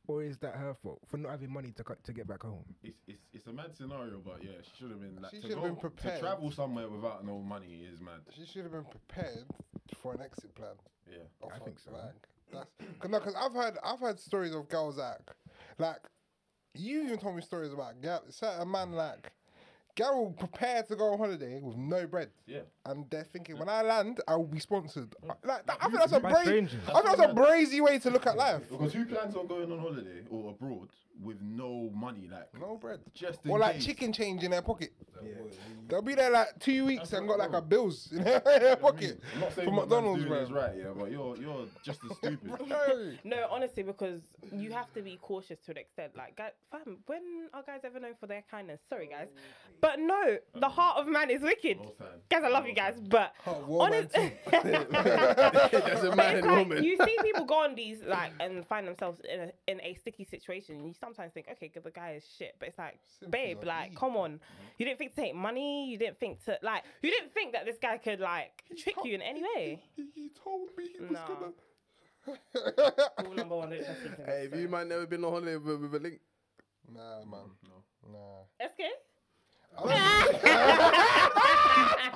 or is that her fault for not having money to co- to get back home?
It's, it's, it's a mad scenario, but yeah, she should have been like
She
to
should have
go-
been prepared.
to travel somewhere without no money is mad.
She should have been prepared for an exit plan.
Yeah,
I
think so.
Like, that's, no, because I've heard I've heard stories of girls like, like, you even told me stories about gal, certain man like, girl will prepare to go on holiday with no bread.
yeah.
And they're thinking, when I land, I will be sponsored. Like, that, I think that's a
by
brazy.
strangers.
I think that's a brazy way to look at life.
Because who plans on going on holiday or abroad with no money, like
no bread,
just in
or like
case.
chicken change in their pocket. They'll be there like two weeks and got like a bills in their pocket
I'm not saying
from
what man's
McDonald's,
doing
bro.
is right, yeah, but you're you're just as stupid.
no, honestly, because you have to be cautious to an extent. Like, guy, fam, when are guys ever known for their kindness? Sorry, guys, but no, the heart of man is wicked.
Oh,
Guys, I love you guys, but honestly, you see people go on these like and find themselves in a, in a sticky situation. and You sometimes think, okay, 'cause the guy is shit, but it's like, babe, like, come on, you didn't think to take money, you didn't think to like, you didn't think that this guy could like trick you in any way.
He told me he
was gonna. Rule number one, don't trust internet.
Hey, have you might never been on holiday with, with a link?
Nah, man. No.
SK?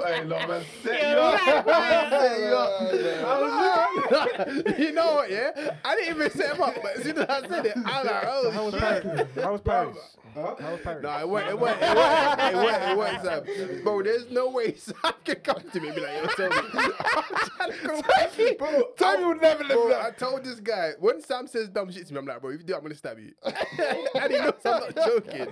Hey, no, man, set
You're
you up.
right, man.
Set you up. I was like- you know what, yeah? I didn't even set him up, but as soon as I said it, I was like, oh,
How was
shit.
Paris? How was Paris? How was Paris?
No, it went, it went, it went, it went, it went, Sam. Bro, there's no way Sam can come to me and be like, yo, tell me. I'm trying to go back. Bro, Tommy would never let I told this guy, when Sam says dumb shit to me, I'm like, bro, if you do, I'm going to stab you. and he knows I'm not joking.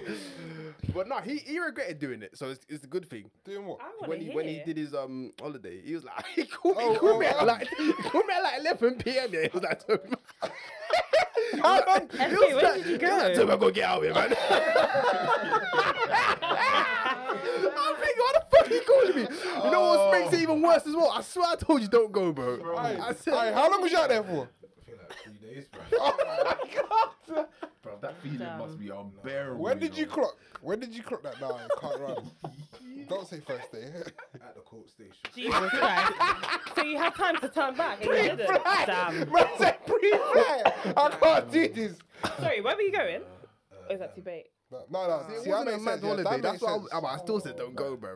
But no, he, he regretted doing it, so it's, it's a good thing.
Doing what?
I
When
want to
he
hear.
when he did his um holiday, he was like he called me, he
Oh,
called
oh,
me at
oh.
like he called me at like eleven PM yeah. He was like "Toby." He was like- he
Okay,
was
where
like-
did you
he was like,
go?
"Toby, I gotta get out of here, man. I'm thinking, why the fuck he calling me? You know what makes it even worse as well? I swear I told you don't go, bro. I said,
Hey, how long was you out there for?
I feel like three days, bro.
Oh
Bro, that feeling
Damn.
must be unbearable.
When did
know.
you clock? When did you clock that? Nah, I can't run. Don't say first day.
At the court station.
Jesus Christ. so you had time to turn back and you didn't. Damn.
Man said pre-flight. I can't do this.
Sorry, where were you going? Or is that too bait?
No, no. no.
it
See, that
wasn't a
makes
mad
sense, yeah,
holiday.
that
That's
makes
why
sense.
I, I still said don't go, bro.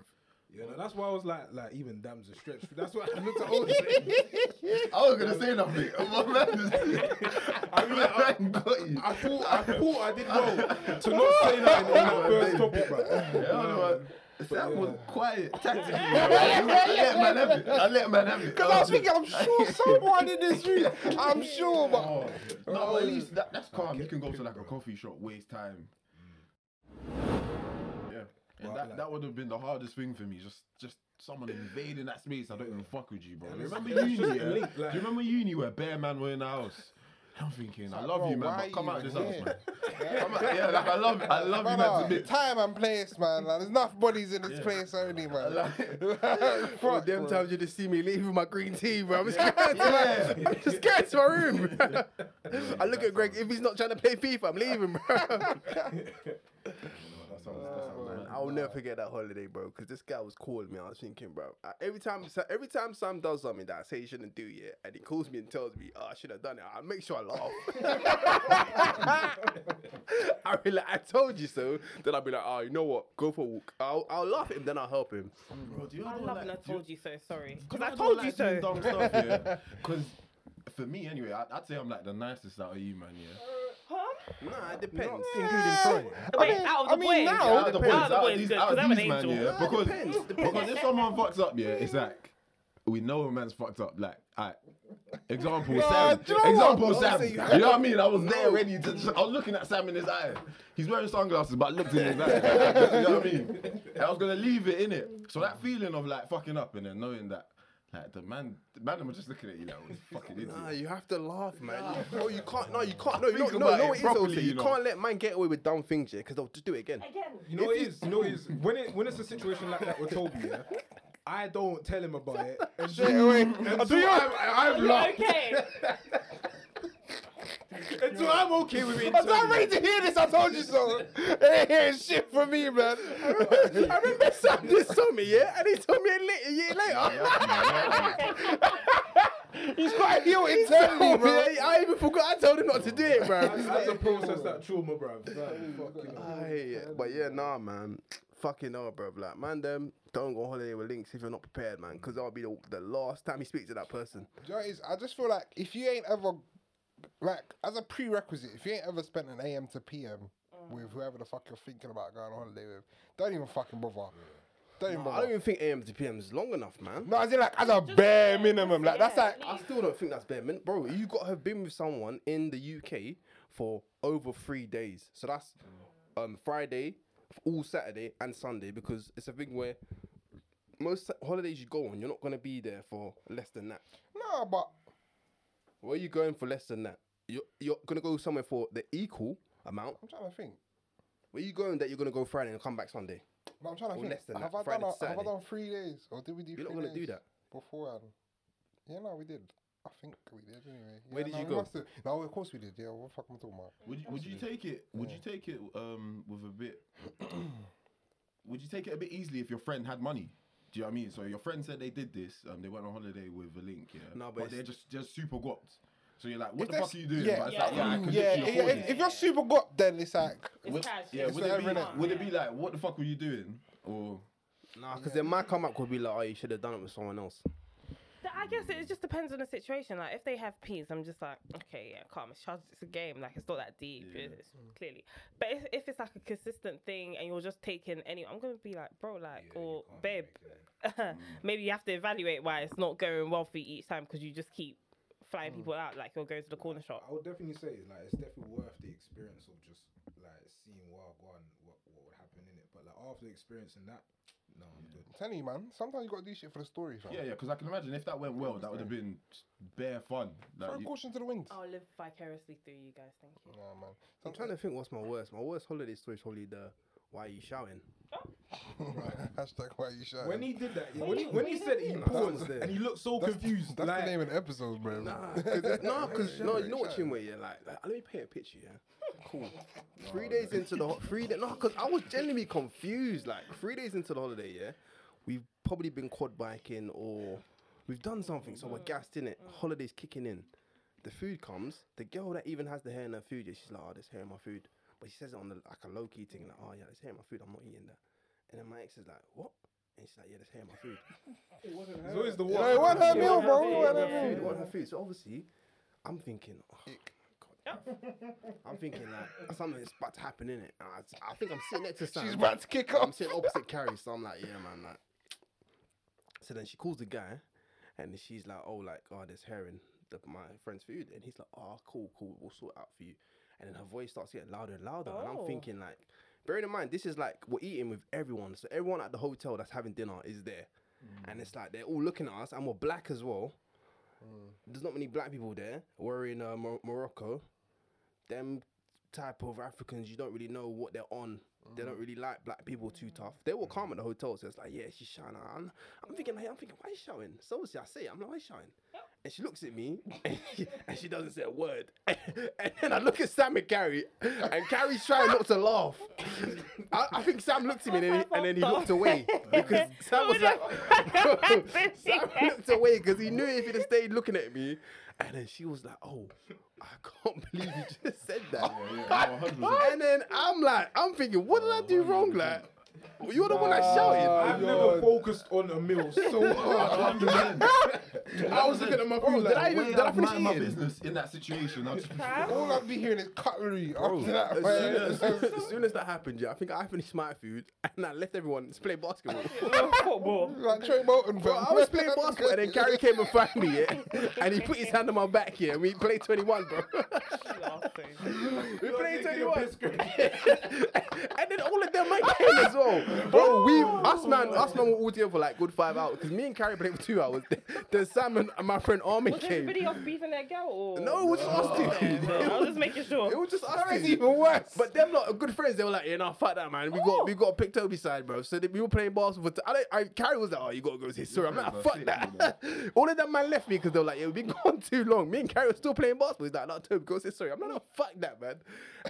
Yeah, no, that's why I was like, like even dam's a stretch. That's why I looked at
Oh,
all this.
I was gonna say nothing. My man just-
I mean, I,
man got you.
I thought, I thought I did well to not say nothing on that first topic, bro.
Yeah, I don't know, man. Sam was quiet tactically. bro. I let man have it. I let man have it.
Because I was thinking, I'm sure someone in this room. I'm sure, but
Oh, no, but at least that, that's calm. You can go to like a coffee shop, waste time. Yeah, and that, that would have been the hardest thing for me. Just, just someone invading that space. I don't even fuck with you, bro. remember uni?
just
yeah?
a link,
Do you
like-
remember uni where bare man were in the house? I'm thinking, I love
bro,
you, man,
why
but come
you
out this
here?
house, man. Come out- yeah, like I love, I love you, man. to
brother,
bits.
time and place, man. Like, there's enough bodies in this place only, man.
Bro, them times you just see me leaving my green tea, bro. I'm scared. To my, I'm just scared to my room. bro. I look at Greg. If he's not trying to play FIFA, I'm leaving, bro.
That sounds- that sounds
Man,
mad.
I'll never forget that holiday, bro. Because this guy was calling me. I was thinking, bro. I, every time, Sa- every time Sam does something that I say he shouldn't do, yeah, and he calls me and tells me, "Oh, I should have done it," I make sure I laugh. I be like, I told you so. Then I'll be like, "Oh, you know what? Go for a walk." I'll, I'll laugh at him. Then I'll help him.
Bro, do you
I
know,
love
like,
and I
do you-
told you so, sorry.
Cause
Because I told you so.
so. Because for me, anyway, I, I'd say I'm like the nicest out of you, man. Yeah.
Huh?
Nah, it depends.
Wait, out of the
I mean,
boys.
now-
Out of the
depends.
boys, out
Out of the
of
boys,
these,
good,
out of
'cause I'm an
these man,
angel.
yeah. Because, because if someone fucks up, yeah, it's like we know a man's fucked up. Like, alright. Example, Sam.
do you know what?
Example,
Don't
Sam.
say
You
you
know
have-
what I mean? I was there ready to. Just, I was looking at Sam in his eye. He's wearing sunglasses, but I looked in his eye. you know what I mean? And I was gonna leave it in it. So that feeling of like fucking up and then knowing that, like the man, the man was just looking at you like, what the fucking idiot.
Nah, you have to laugh, man. No, you can't. No, you can't. No, you
Think
know, no,
about
no,
it
it is
properly, you
also, You
know.
can't let man get away with dumb things, yeah, because they'll just do it again.
You know what it is? You know what it is? When, it, when it's a situation like that with Toby, yeah, I don't tell him about it. And
Straight away.
until I'm, I've
You're
laughed.
okay.
Until I'm okay with it.
I'm not ready to hear this. I told you so. It ain't hearing shit from me, man.
I remember Sam just told me, yeah, and he told me a, li- a year later.
He's got a deal internally, bro.
Yeah, I even forgot. I told him not to do it, bro.
That's a process that trauma, bro.
Aye, but yeah, nah, man. Fucking hell, bro. Like, man, them don't go on holiday with links if you're not prepared, man, because that'll be the, the last time you speak to that person.
Do you know what it is? I just feel like if you ain't ever, like, as a prerequisite, if you ain't ever spent an AM to PM with whoever the fuck you're thinking about going on holiday with, don't even fucking bother. Don't even
Nah, I
bother.
don't even think AM to PM is long enough, man.
No, I in like as a bare minimum. Like that's like
I still don't think that's bare minimum, bro. You got to have been with someone in the UK for over three days. So that's um, Friday, all Saturday and Sunday because it's a thing where most holidays you go on, you're not gonna be there for less than that.
no, but
Where are you going for less than that? You're you're gonna go somewhere for the equal amount.
I'm trying to think.
Where you going that you're gonna go Friday and come back Sunday?
No, I'm trying to
Or
think.
less than
have
that,
I done?
Friday to
A, have I
Saturday.
done three days or did we do?
You're not
three
gonna
days
do that.
beforehand. Yeah, no, we did. I think we did anyway.
Where
Yeah,
did
no,
you
we
go?
must have- No, of course we did. Yeah, what the fuck am I talking about?
Would you, would you take it? Would you take it um, with a bit? would you take it a bit easily if your friend had money? Do you know what I mean? So your friend said they did this. Um, they went on holiday with a link. Yeah.
No, but
but,
it's-
they're just just super guapped. So you're like, what
If
the
that's-
fuck are you doing?
yeah,
But it's
yeah,
like, yeah, I
Yeah,
could
yeah,
literally afford
if-
it.
if you're super got, then it's like
It's
Would,
cash.
yeah,
it's
would it, be,
everything.
like- would it be like, what the fuck were you doing? Or
Nah, because then my comeback would be like, oh, you should have done it with someone else.
Th- I guess it just depends on the situation. Like if they have peas, I'm just like, okay, yeah, calm. It's charged. It's a game. Like it's not that deep.
Yeah.
It's, clearly, but if, if it's like a consistent thing and you're just taking any, I'm gonna be like, bro, like or babe,
Mm.
maybe you have to evaluate why it's not going well for you each time because you just keep flying
Mm.
people out like you're going to the corner shop.
I would definitely say like it's definitely worth the experience of just like seeing what I've gone, what what would happen in it. But like after experiencing that, no, I'm good.
I'm telling you, man. Sometimes you gotta do shit for the story, fam.
yeah, yeah, because I can imagine if that went well, that would have been bare fun. Like,
Throw
you-
caution to the wind.
I'll live vicariously through you guys. Thank you.
Nah, man.
I'm trying to think what's my worst. My worst holiday story is probably the why are you shouting?
Hashtag why you shouting.
When he did that, yeah, when, he, when he said it, he
was
paused
there.
and he looked so confused.
that's
like,
the name of the episode, bro.
Nah, cause, no, because no, you know what Chinwe, yeah, like, like let me paint a picture, yeah. Cool. Three days into the ho- three days, no, because I was genuinely confused. Like three days into the holiday, yeah, we've probably been quad biking or we've done something, so we're gassed in it. Holidays kicking in. The food comes. The girl that even has the hair in her food, yeah, she's like, oh, there's hair in my food, but she says it on the like a low key thing, like, oh yeah, there's hair in my food. I'm not eating that. And then my ex is like, what? And she's like, yeah, there's hair in my food.
it's always the
No, it wasn't her meal, oh, bro. It wasn't her
Yeah.
food,
meal.
want her food. So obviously, I'm thinking, oh, God. I'm thinking like something's about to happen in it. I, I think I'm sitting next to Sam.
She's about to kick
I'm
off.
sitting opposite Carrie, so I'm like, yeah, man. Like, so then she calls the guy, and she's like, oh, like, oh, there's hair in the, my friend's food, and he's like, oh, cool, cool, we'll sort it out for you. And then her voice starts getting louder and louder, and I'm
Oh.
thinking like, bearing in mind this is like we're eating with everyone, so everyone at the hotel that's having dinner is there, and it's like they're all looking at us, and we're black as well. There's not many black people there. We're in uh, Mor- Morocco. Them type of Africans, you don't really know what they're on. They don't really like black people too tough. They were calm at the hotel, so it's like, yeah, she's shouting. I'm, I'm thinking, like, I'm thinking, why you shouting? So obviously I say, it, I'm like, why you shouting? And she looks at me, and she, and she doesn't say a word. and then I look at Sam and Gary, and Gary's trying not to laugh. I, I think Sam looked at me, and then, he- and then he looked away because Sam was like, Sam looked away because he knew if he'd have stayed looking at me. And then she was like, "Oh, I can't believe you just said that."
yeah, no, 100%.
and then I'm like, I'm thinking, what did I do wrong? Like, you're the one that shouted.
"Oh,
Oh,
I've never focused on a meal so hard.
I was looking at my phone. Did I even?
Way
Did I
I'd
finish
mind my
eating?
business in that situation. I just
All I'd be hearing is cutlery after that.
As
man.
soon as, as soon as that happened, yeah, I think I finished my food and I left everyone to play basketball.
Football.
like Trey Bolton,
Bro, I was playing basketball and then Gary came and found me, yeah, and he put his hand on my back here and we played 21, bro. we played 21. and then all of them man came as well. Bro, we us man, us man were all together for like good five hours because me and Carrie played for two hours. Then Sam and my friend Armin
Was
came.
everybody off beefing their girl? Or?
No, it was just us two. It
I
was-
was just making sure.
It was just us two.
even worse.
But them lot are good friends. They were like, yeah, nah, fuck that, man. We
Oh.
got we got to pick Toby's side, bro. So they, we were playing basketball. For t- I, don't- I Carrie was like, oh, you gotta go to his story. I'm like, fuck that. All of them man left me because they were like, yeah, we've been gone too long. Me and Carrie were still playing basketball. He's like, no, Toby, go to his story. I'm like, no, fuck that, man.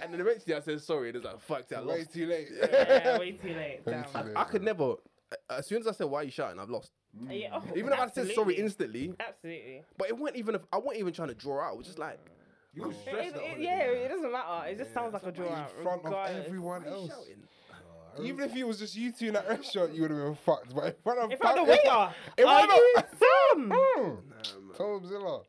And then eventually I said sorry. And it's like, fuck that, I
Way
lost.
too late.
yeah, way too late. Damn.
Way too
I
late.
could never. As soon as I said why are you shouting, I've lost.
Yeah, oh,
Even if I said sorry
absolutely.
instantly,
Absolutely.
but it weren't even. If, I wasn't even trying to draw out. It was just like,
You
It-
stressed
it-
out.
it- yeah, it doesn't matter. It just sounds like a draw out.
in front of
regardless.
everyone
why are you
else.
shouting?
Even if it was just you two in that restaurant, you would have been fucked. But in front of
In front of the
fam-
waiter.
It
Are
went
you
up.
some?
Mm. Tomzilla.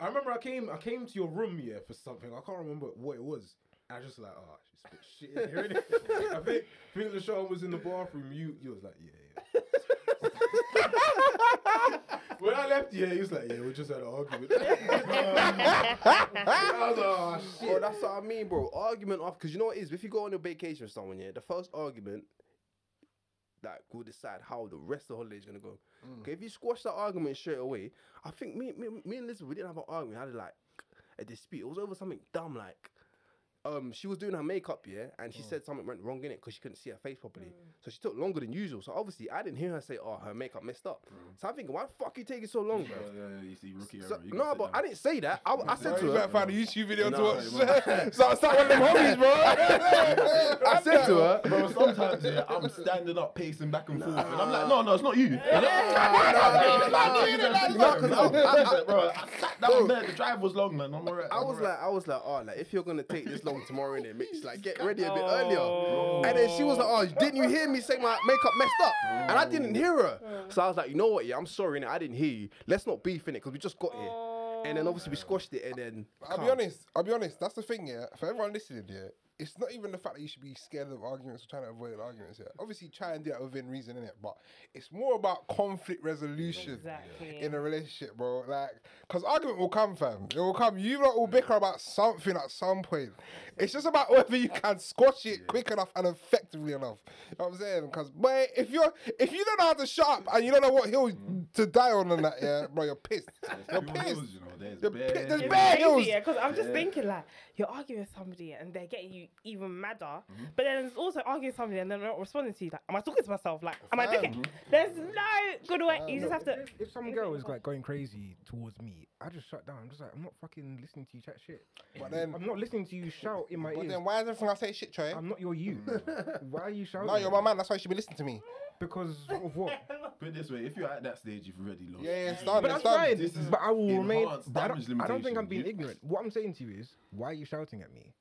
I remember I came I came to your room yeah for something I can't remember what it was I was just like, oh, she spit shit in here. innit?" I think, I think Lashawn was in the bathroom. You, you was like, yeah, yeah. when I left, yeah, he was like, yeah, we just had an argument. I was like, oh, shit.
Bro, that's what I mean, bro. Argument off, because you know what it is? If you go on a vacation with someone, yeah, the first argument that will decide how the rest of the holiday is going to go.
Mm.
Okay, if you squash that argument straight away, I think me, me, me and Elizabeth, we didn't have an argument. I had like a dispute. It was over something dumb, like, um, she was doing her makeup, yeah, and
Mm.
she said something went wrong in it because she couldn't see her face properly. So she took longer than usual. So obviously, I didn't hear her say, "Oh, her makeup messed up."
Mm.
So I'm thinking, why the fuck you taking so long, bro?
you see, rookie
So,
error. you gotta
no,
sit
but
down.
I didn't say that. I, I said to
You
her,
better find a YouTube video
Nah,
to watch.
it
so I start with them hobbies, bro.
I said to her,
Bro, sometimes yeah, I'm standing up, pacing back and forth, and I'm like, no, no, it's not you. Bro, I sat down there. The drive was long, man. I'm alright.
I
I'm
was
alright.
like, I was like, oh, like if you're gonna take this long tomorrow in it, Mitch, like get ready a bit earlier. And then she was like, oh, didn't you hear me say my makeup messed up? And I didn't hear her. So I was like, you know what? Yeah, I'm sorry, innit? I didn't hear you. Let's not beef in it because we just got here. And then obviously we squashed it, and then
I'll be honest. I'll be honest. That's the thing, yeah. For everyone listening, yeah, it's not even the fact that you should be scared of arguments or trying to avoid arguments. Yeah, obviously try and do that within reason, innit? But it's more about conflict resolution
Exactly.
in a relationship, bro. Like, cause argument will come, fam. It will come. You lot will bicker about something at some point. It's just about whether you can squash it quick enough and effectively enough. You know what I'm saying? Cause, boy, if you're if you don't know how to shut up and you don't know what hill to die on and that, yeah, bro, you're pissed. You're
Few
pissed.
hills, you know, there's
You're
bare-
pissed. There's
It's
bare
crazy,
hills.
yeah, because I'm just thinking like you're arguing with somebody and they're getting you even madder,
Mm-hmm.
but then it's also arguing with somebody and they're not responding to you. Like, am I talking to myself? Like, am I thinking? There's no good way. You just have to.
If some girl is like going crazy towards me, I just shut down. I'm just like, I'm not fucking listening to you chat shit.
But then,
I'm not listening to you shout in my
but
ears.
then, why is everything I say shit, Trey?
I'm not your you. Why are you shouting?
No, you're my man. That's why you should be listening to me.
Because of what?
Put it this way, if you're at that stage, you've already lost.
Yeah, yeah, it's done.
But
it's
that's
done.
fine.
This is
But I will remain.
enhanced
But I,
damage
don't, I don't think I'm
limitation.
being
You-
ignorant. What I'm saying to you is, why are you shouting at me?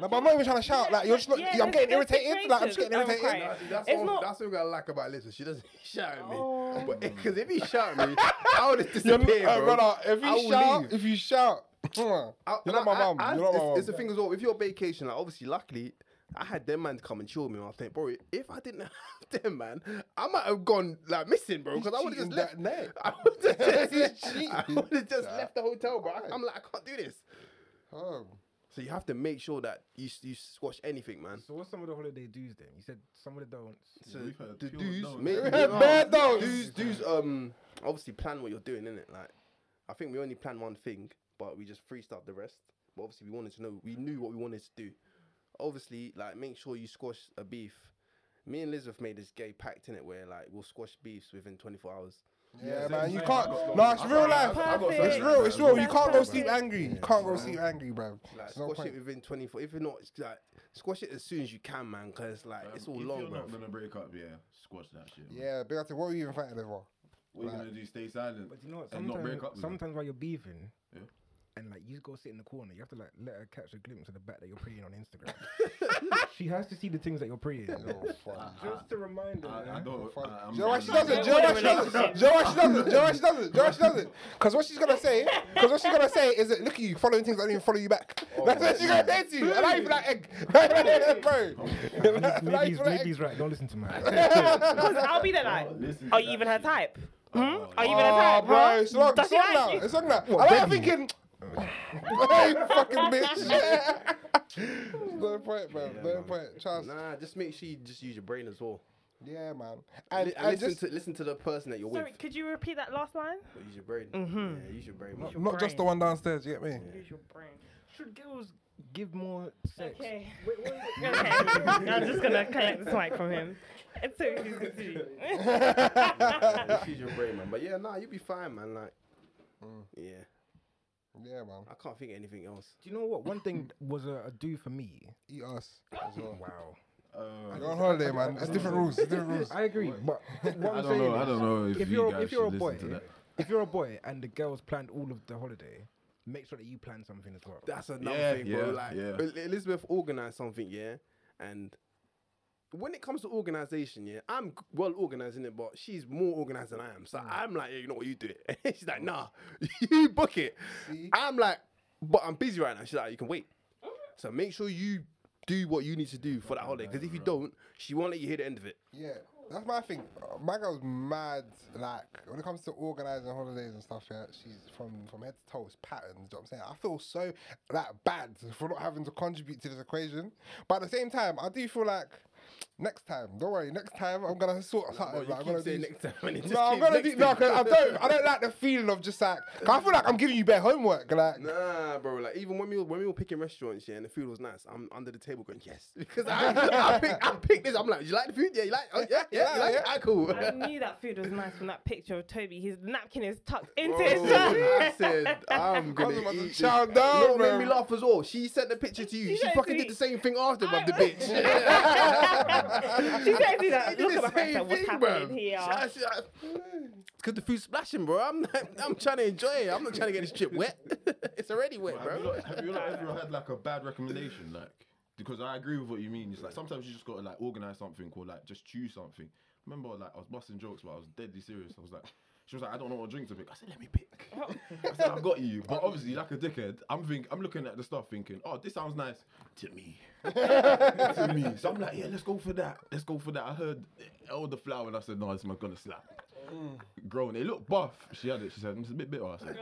No, but I'm not even trying to shout. Like you're just not.
Yeah,
I'm
there's-
getting
there's
irritated. Like I'm just getting
situations. I'm
irritated.
crying.
that's
It's
all,
not-
that's what I like about Liz. She doesn't shout at me, but because if he shout at me, I would have disappeared,
Hey,
bro.
brother, if
I will
you shout,
leave.
if you shout, you're
I-
not my
I-
mum.
I-
You're not my
it's,
mum.
it's the thing as well. If you're on vacation, like obviously, luckily, I had them man to come and chill with me. And I think, bro, if I didn't have them man, I might have gone like missing, bro, because I would have just
cheating that
left.
night.
I would have just,
He's cheating.
I would've just left the hotel, bro. I- I'm like, I can't do this.
Oh.
So you have to make sure that you s- you squash anything, man.
So what's some of the holiday do's then? You said some of the don'ts.
So
we've heard
the
pure
dudes,
no's.
make,
We've
heard bad no's.
dudes, dudes, um, obviously plan what you're doing, innit? Like, I think we only planned one thing, but we just freestyled the rest. But obviously, we wanted to know, we knew what we wanted to do. Obviously, like, make sure you squash a beef. Me and Elizabeth made this gay pact, innit, where like we'll squash beefs within 24 hours.
Yeah,
same
man, you
thing.
can't.
I got-
No, it's real life.
I
It's
got
real.
something like
It's
that.
real. You can't
That's
go
perfect.
sleep angry. You can't go sleep angry, bro.
Like,
There's no
squash
point.
it within 24. If you're not, it's like, squash it as soon as you can, man, because like it's all
Um, if
long,
you're
bro.
not gonna break up, yeah, squash that shit. man.
Yeah, big up to what were you even fighting over?
What you gonna do? Stay silent
But you know what?
and not
Sometimes,
break up. with them?
sometimes while you're beefing,
Yeah.
and like you just go sit in the corner, you have to like let her catch a glimpse of the back that you're praying on Instagram. she has to see the things that you're praying.
Oh, fuck.
Just to remind her.
I, I don't. I, I'm
Do you know why
I'm
she
not-
doesn't? Do you know why she doesn't? Do you know why she doesn't? Do you know why she doesn't? Do you know why she doesn't? Because what she's gonna say, because what she's gonna say is that look at you following things that don't even follow you back. That's what she's gonna say to you. And I even that egg, bro.
Maybe-
Like,
Maybe, he's,
for the
maybe
egg.
he's right. Don't listen to me.
Because I'll be there like,
listen to
are you
that
even her
shit.
type? Hmm?
Oh,
Are you even her
Oh,
type,
bro,
huh?
it's long,
Does
it's
she
long now,
like you?
it's long now. And I'm thinking, hey, fucking bitch. No point, bro. No point. Chance.
Nah, just make sure you just use your brain as well.
Yeah, man.
And,
And and
listen
just
to listen to the person that you're
Sorry,
with.
could you repeat that last line?
But use your brain. Yeah, use your brain. man.
not just the one downstairs. You get me?
Use your brain.
Should girls give more sex?
Okay. okay. I'm just gonna collect this mic from him. And so he's continue.
Just use your brain, man. But yeah, nah, you'll be fine, man. Like,
Mm.
yeah,
Yeah, man.
I can't think of anything else.
Do you know what? One thing was a, a do for me.
Eat us as well.
Wow.
Uh,
You're on holiday, man. It's different rules. It's different rules.
I agree, but what
I
I'm
don't
saying
know. I
is,
don't know if,
if
you
you're
guys
if you're a
should
boy,
listen to that.
if you're a boy and the girls planned all of the holiday, make sure that you plan something as well.
That's another
Yeah,
thing, bro.
yeah,
like,
yeah.
El- Elizabeth organized something, yeah, and when it comes to organization, yeah, I'm g- well organized in it, but she's more organized than I am. So
Mm.
I'm like, yeah, you know what, you do it. she's like, nah, you book it. I'm like, but I'm busy right now. She's like, you can wait. So make sure you do what you need to do for that holiday. Because if you don't, she won't let you hear the end of it.
Yeah, that's my thing. Uh, My girl's mad. Like when it comes to organising holidays and stuff, yeah, she's from from head to toe it's patterns. You know what I'm saying, I feel so like bad for not having to contribute to this equation. But at the same time, I do feel like. Next time, don't worry. Next time, I'm gonna sort something.
you
like, I'm
keep
gonna
saying
do-
next time and it just
no, I'm
keeps
gonna
next
do. No,
thing.
'cause I don't. I don't like the feeling of just like. 'cause I feel like I'm giving you bare homework. Like,
Nah, bro. Like even when we were, when we were picking restaurants, yeah, and the food was nice, I'm under the table going yes because I I picked, I picked this. I'm like, you like the food? Yeah, you like? Oh, yeah, yeah, you like it? Ah, cool.
I knew that food was nice from that picture of Toby. His napkin is tucked into
Bro,
his shirt.
I said I'm gonna
about to
eat
chow
this.
down,
You know what
bro.
made me laugh as well. She sent the picture to you.
She
She,
sent it
fucking
to
did
me.
the same thing after, bruv, the
I-
bitch.
she said, "See that?
She did
Look
the
at my friend.
same
What's
thing,
happening
bruv.
here?"
I- I- It's good the food's splashing, bro. I'm I'm trying to enjoy it. I'm not trying to get this trip wet. it's already wet,
Have you,
bro.
not, have you not ever had like a bad recommendation? Like, because I agree with what you mean. It's like sometimes you just gotta like organize something or like just choose something. Remember, like I was busting jokes, but I was deadly serious. I was like, she was like, I don't know what drink to pick. I said, let me pick. I said, I got you. But obviously, like a dickhead, I'm think I'm looking at the stuff thinking, oh, this sounds nice to me. to me. So I'm like, yeah, let's go for that. Let's go for that. I heard elderflower and I said, no, this man's gonna slap. Grown. It looked buff. She had it. She said, it's a bit bitter. I said,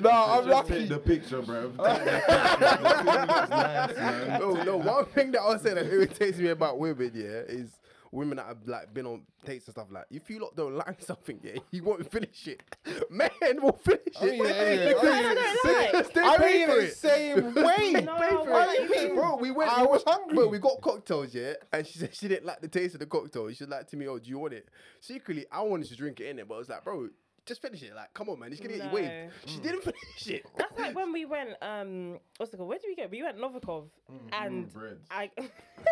no, I'm
just
lucky.
Take the picture, bro. Take the picture. The thing looks nice, man.
No, no. One thing that I'll say that irritates me about women, yeah, is women that have like been on dates and stuff like. If you lot don't like something, yeah, you won't finish it. Men will finish
I
it.
mean, yeah, yeah, yeah.
I don't know, like-
Because they
I
pay
mean,
for
the
it.
same
They
way.
No,
pay for
what
it.
do you mean?
Bro, we went.
I
we
was
got-
hungry.
Bro, we got cocktails, yeah, and she said she didn't like the taste of the cocktail. She was like to me, "Oh, do you want it?" Secretly, I wanted to drink it in it, but I was like, "Bro, just finish it. Like, come on, man, it's gonna get you
No.
waved." She didn't finish it.
That's like when we went. Um, what's it called? Where did we go? We went Novikov, and
breads.
I.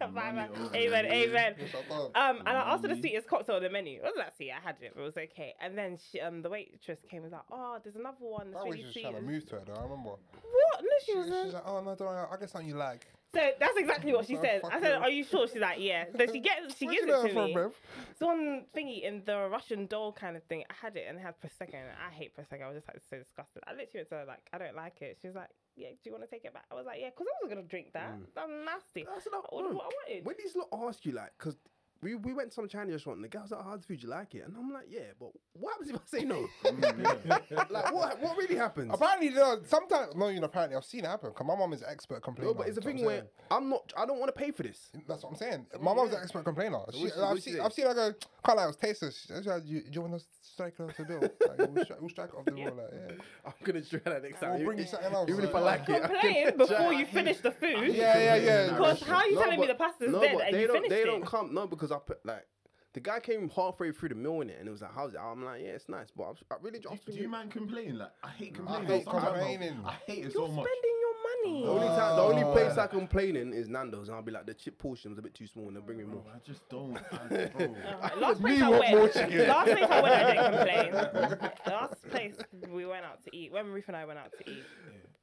Amen,
over
amen,
the
amen.
over.
Um, and I asked for the sweetest cocktail on the menu. It wasn't that sweet. I had it, but it was okay. And then she, um, the waitress came and was like, "Oh, there's another one.
I
That's
was
really
just
sweet."
trying to
and-
move to her. Though I remember.
What? No, she
She-
wasn't.
She's like, oh no, don't worry. I guess something you like.
So that's exactly what she
So
said. I said,
fucking-
"Are you sure?" She's like, "Yeah." Then she gets she
Where'd
gives
you learn
it to
from,
me.
bruv?
It's one thingy in the Russian doll kind of thing. I had it and it had prosecco, and I hate prosecco. I was just like so disgusted. I literally went to her like, "I don't like it." She was like, "Yeah, do you want to take it back?" I was like, "Yeah," because I wasn't gonna drink that.
Mm.
That's nasty.
That's not
I ordered
no.
what I wanted.
When these lot ask you like, because we, we went to some Chinese restaurant and the guy was like, "How's the food? You like it?" And I'm like, "Yeah," but what happens if I say no? Mm, like, what what really happens?
Apparently, you know, sometimes no, you know, apparently I've seen it happen. Cause my mom is an expert complainer.
no, but it's a
do you
thing
know what I'm
where I'm not. I don't want to pay for this.
saying? that's what I'm saying. My mom's an expert complainer. She-
what's-
I've,
what's
seen,
she
I've seen her go. Can't lie, it was tasteless. She- She's like, you, do you want to strike it off the bill? Like, we'll, stri- we'll strike it off the bill. Like, yeah.
I'm gonna try that next time.
We'll bring you something else.
Even if I like it, I'm
Complain
gonna
before
try.
you finish the food.
Yeah, yeah, yeah.
Because how are you telling me
but-
the pasta's
no,
dead
but
and
they
you
don't,
finished
They
it?
don't come. No, because I put like. The guy came halfway through the meal in it, and it was like, "How's it?" I'm like, "Yeah, it's nice," but I'm, I really just.
Do you mind complaining? Like I hate complaining.
hate
Sometimes I'll-
complaining.
I hate it
You're
so much.
spending
The
Oh.
your money.
only time, the only place I complain in is Nando's, and I'll be like, the chip portion was a bit too small, and they'll bring me more.
Bro, I just don't. I, bro.
Last place I went, last place I went, I didn't complain. last place we went out to eat, when Ruth and I went out to eat,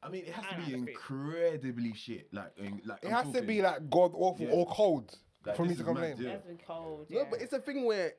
I mean, it
I
has to be
like it.
incredibly shit. Like, in, like
It
I'm
has to
talking,
be like god awful or cold
like,
for me
this
to
is mad,
complain.
yeah.
it's been cold.
No,
yeah.
but it's a thing where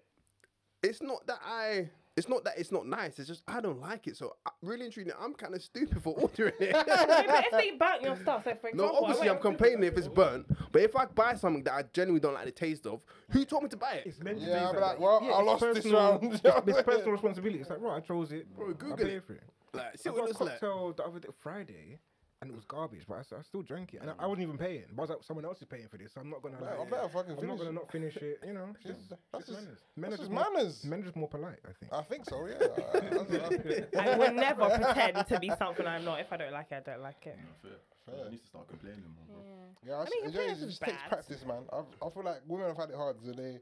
it's not that I. It's not that it's not nice. It's just I don't like it. So I, really and truly, I'm kind of stupid for ordering it.
No, but if they burnt your stuff, so for example,
no,
I
obviously
went-
I'm complaining if it's burnt. But if I buy something that I genuinely don't like the taste of, who told me to buy it?
It's meant to be.
Yeah, I'll be
something.
like, well, I
it's
lost this
personal-
round.
it's- it's personal responsibility. It's like, right, I chose it.
Bro,
I
Google
pay
it.
For it.
Like, see
I
what
got a
it looks like.
cocktail the other day, Friday, and it was garbage, but I, s- I still drank it, and I, I wasn't even paying. But I was like, someone else is paying for this, so I'm not gonna.
I
like,
better fucking
I'm not
finish
gonna
it.
not finish it. You know, it's
That's
just-
just-
manners.
that's
Men are
just
just more-
manners. Ah.
Men are just more polite, I think.
I think so. Yeah. I- I- that's-
I will never pretend to be something I'm not. If I don't like it, I don't like it.
Fair. Fair. I need to start complaining more. Bro.
Yeah, I,
mean,
mean,
complainers
it
is
just takes
bad.
practice, man. I've, I feel like women have had it hard, so they,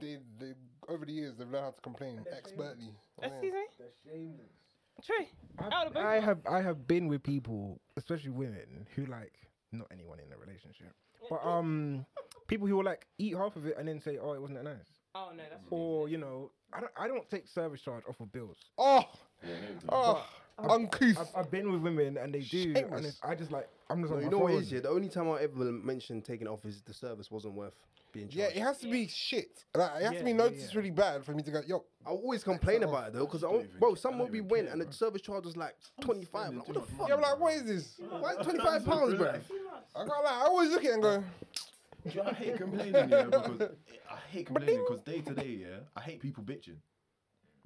they, they, over the years, they've learned how to complain expertly.
Oh,
I mean,
Excuse me. True. Out
I've,
of both.
I have I have been with people, especially women, who like not anyone in a relationship, but um, people who will like eat half of it and then say, "Oh, it wasn't that nice,"
Oh no, that's.
or you know, I don't I don't take service charge off of bills.
Oh, oh,
I've- I've, I've been with women and they do. And
Shameless.
it's, I just like I'm just
No,
like
you know what it is, yeah? The only time I ever mentioned taking it off is the service wasn't worth being
Yeah,
charged.
it has to be shit. Like, it has
Yeah,
to be
yeah,
noticed really bad for me to go, yo.
I always complain about it though, because bro, some will be went and the service charge was like twenty five. Like, what the fuck?
Yeah, I'm like, what is this?
Why twenty five pounds, bro?
I can't lie, I always look at it and go,
Do you know, I hate complaining, yeah, because I hate complaining because day to day, yeah, I hate people bitching.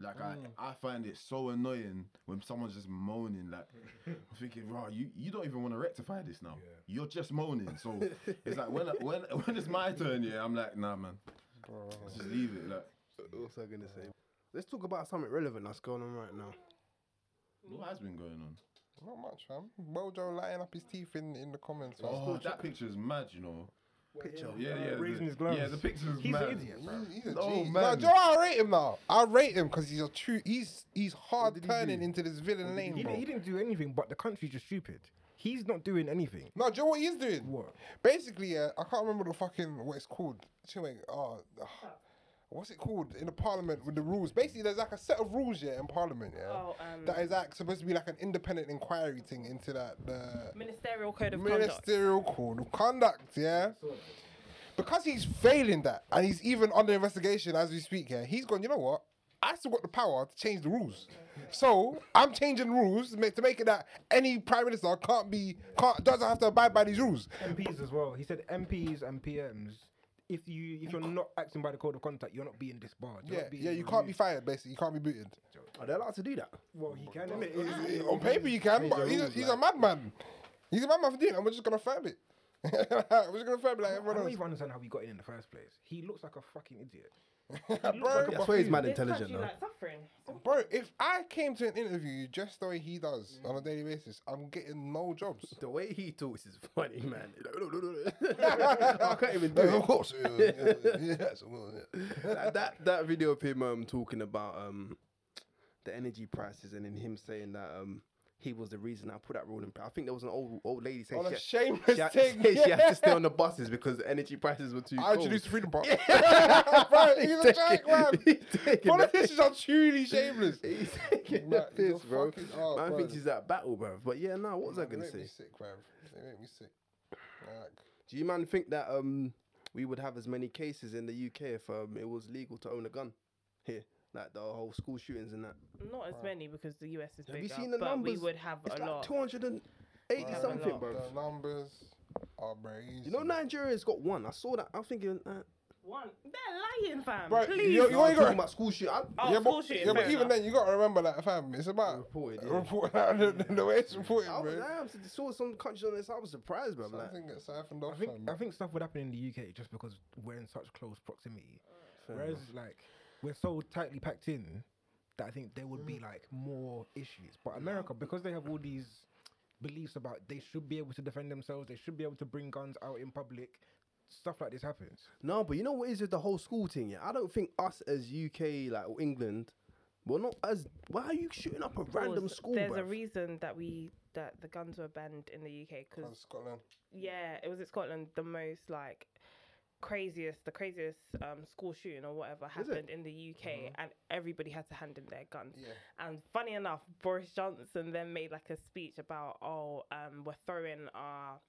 Like
Mm.
I, I find it so annoying when someone's just moaning. Like I'm thinking, raw, you, you don't even want to rectify this now. You're just moaning. So it's like when I- when when it's my turn, yeah, I'm like, nah, man, let's just leave it. Like
What's I gonna say? Let's talk about something relevant that's going on right now.
what has been going on?
not much, fam. Bojo lighting up his teeth in, in the comments. fam.
Oh, that picture is mad, you know.
Picture.
Yeah, yeah,
raising
the,
his glass.
Yeah, the picture is
He's
mad.
an idiot, bro.
He's a
Oh,
G.
man.
Nah, do you know what? I rate him now. I rate him because he's a true. He's he's hard
did he
turning
do?
into this villain
He,
lane,
di-
bro.
he didn't do anything, but the country's just stupid. He's not doing anything.
No, do you know what he's doing?
What?
Basically, yeah, I can't remember the fucking what it's called. Chewing. Oh, ugh. what's it called in the parliament with the rules? Basically, there's like a set of rules yeah in parliament yeah
Oh, um,
that is like supposed to be like an independent inquiry thing into that the
Ministerial code of conduct.
ministerial code of conduct, yeah. Because he's failing that, and he's even under investigation as we speak. Here, he's gone. You know what? I still got the power to change the rules, so I'm changing rules to make, to make it that any prime minister can't be can't doesn't have to abide by these rules.
MPs as well. He said MPs and PMs. If you if you're not acting by the code of conduct, you're not being disbarred. You're
Yeah,
not being
yeah. You can't be
removed.
fired. Basically, you can't be booted.
Are Oh, they allowed to do that?
Well, he can. innit?
On paper, you can, but he's, a- he's a madman. He's a madman for doing it. and We're just gonna firm it. we're just gonna firm it like
I don't
everyone
even understand how we got in in the first place. He looks like a fucking idiot.
else, bro.
That's why he's mad
This
intelligent
country,
though.
like, suffering.
Bro, if I came to an interview just the way he does on a daily basis, I'm getting no jobs.
The way he talks is funny, man. I can't even do it.
course. yeah, yeah, yeah, yes, I will, yeah.
Like, that that video of him um, talking about um, the energy prices and then him saying that um, he was the reason I put that rule in. pla- I think there was an old old lady saying
On a
she,
shameless
she, had,
thing,
she had
yeah.
to stay on the buses because the energy prices were too.
I
cold.
introduced the Freedom Park. bro, he's a joke, man. Politicians are truly shameless.
He's taking
Bro,
the
he's a
piss, bro.
fucking- oh,
man
bro.
thinks he's at battle, bro. But yeah, nah, what was I
They
gonna
make me
say?
sick, bro. They make me sick. Like,
Do you man think that um we would have as many cases in the UK if um it was legal to own a gun here, like the whole school shootings and that?
Not as many because the US is
Have
bigger.
you seen the
but
numbers?
we would have
It's
a
like
lot.
two hundred and eighty
Wow.
something,
Wow.
bro.
the numbers are crazy.
You know Nigeria's got one. I saw that. I'm thinking, uh,
One. They're lying, fam.
Bro,
Please.
you- you
no, I'm
ain't got-
talking about school shoot. I,
oh,
yeah, but,
bullshit.
yeah, but
fair
even
enough.
then, you gotta remember that, fam. It's about
Reported, Oh, yeah.
report, the, the way it's reported,
I was,
bro.
I was- saw some countries on this. I was surprised, bro. I'm Like,
Something gets siphoned off,
I think
fam.
I think stuff would happen in the UK just because we're in such close proximity. Whereas like we're so tightly packed in that I think there would
Mm.
be like more issues. But America, because they have all these beliefs about they should be able to defend themselves, they should be able to bring guns out in public, stuff like this happens.
No, but you know what is it? The whole school thing. Yeah, I don't think us as UK, like or England, we're not as. Why are you shooting up a random
Because
school?
There's a
bruv?
reason that we that the guns were banned in the UK because
From Scotland.
yeah, it was in Scotland the most like craziest the craziest um, school shooting or whatever happened in the UK
Uh-huh.
and everybody had to hand in their guns. And funny enough, Boris Johnson then made like a speech about oh um, we're throwing our